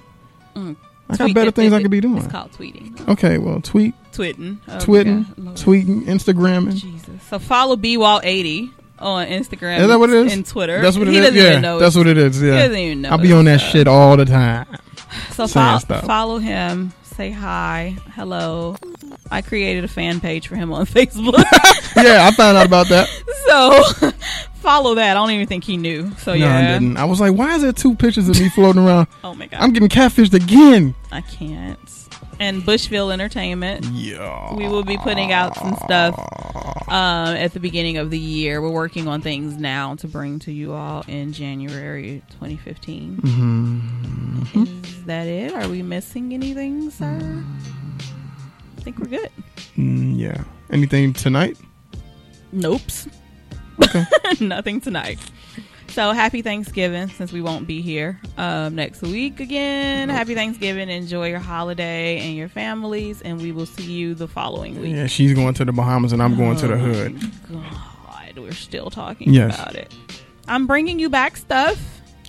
Speaker 3: I got
Speaker 1: Mm. Tweet-
Speaker 3: better
Speaker 1: it-
Speaker 3: things
Speaker 1: it-
Speaker 3: I could be
Speaker 1: It's
Speaker 3: doing.
Speaker 1: called tweeting.
Speaker 3: Okay, well, tweet,
Speaker 1: Twitting. Oh my
Speaker 3: twitting,
Speaker 1: God, Lord.
Speaker 3: tweeting, Instagramming.
Speaker 1: Jesus. So follow BWall80 on Instagram.
Speaker 3: Is that what it is?
Speaker 1: And Twitter.
Speaker 3: That's what it
Speaker 1: he
Speaker 3: is.
Speaker 1: doesn't
Speaker 3: yeah,
Speaker 1: even know
Speaker 3: that's
Speaker 1: it.
Speaker 3: what it is. Yeah,
Speaker 1: doesn't even know
Speaker 3: I'll be
Speaker 1: it,
Speaker 3: on that
Speaker 1: so.
Speaker 3: shit all the time.
Speaker 1: So fo-
Speaker 3: saying stuff.
Speaker 1: follow him. Say hi. Hello. I created a fan page for him on Facebook.
Speaker 3: yeah, I found out about that.
Speaker 1: so follow that. I don't even think he knew. So
Speaker 3: No, I
Speaker 1: Oh, yeah.
Speaker 3: didn't. I was like, why is there two pictures of me floating around?
Speaker 1: Oh my god.
Speaker 3: I'm getting catfished again.
Speaker 1: I can't. And Bushville Entertainment.
Speaker 3: Yeah.
Speaker 1: We will be putting out some stuff um, at the beginning of the year. We're working on things now to bring to you all in January 2015. Is that it? Are we missing anything, sir? I think we're good.
Speaker 3: Mm, yeah. Anything tonight?
Speaker 1: Nope. Nothing tonight. So happy Thanksgiving since we won't be here um, next week again. Happy Thanksgiving. Enjoy your holiday and your families, and we will see you the following week.
Speaker 3: Yeah, she's going to the Bahamas and I'm going to the
Speaker 1: Oh,
Speaker 3: hood.
Speaker 1: God, we're still talking
Speaker 3: Yes.
Speaker 1: about it. I'm bringing you back stuff.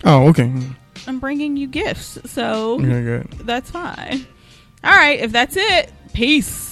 Speaker 3: Oh, okay. Mm,
Speaker 1: I'm bringing you gifts. So
Speaker 3: Okay, good.
Speaker 1: that's fine. All right, if that's it, peace.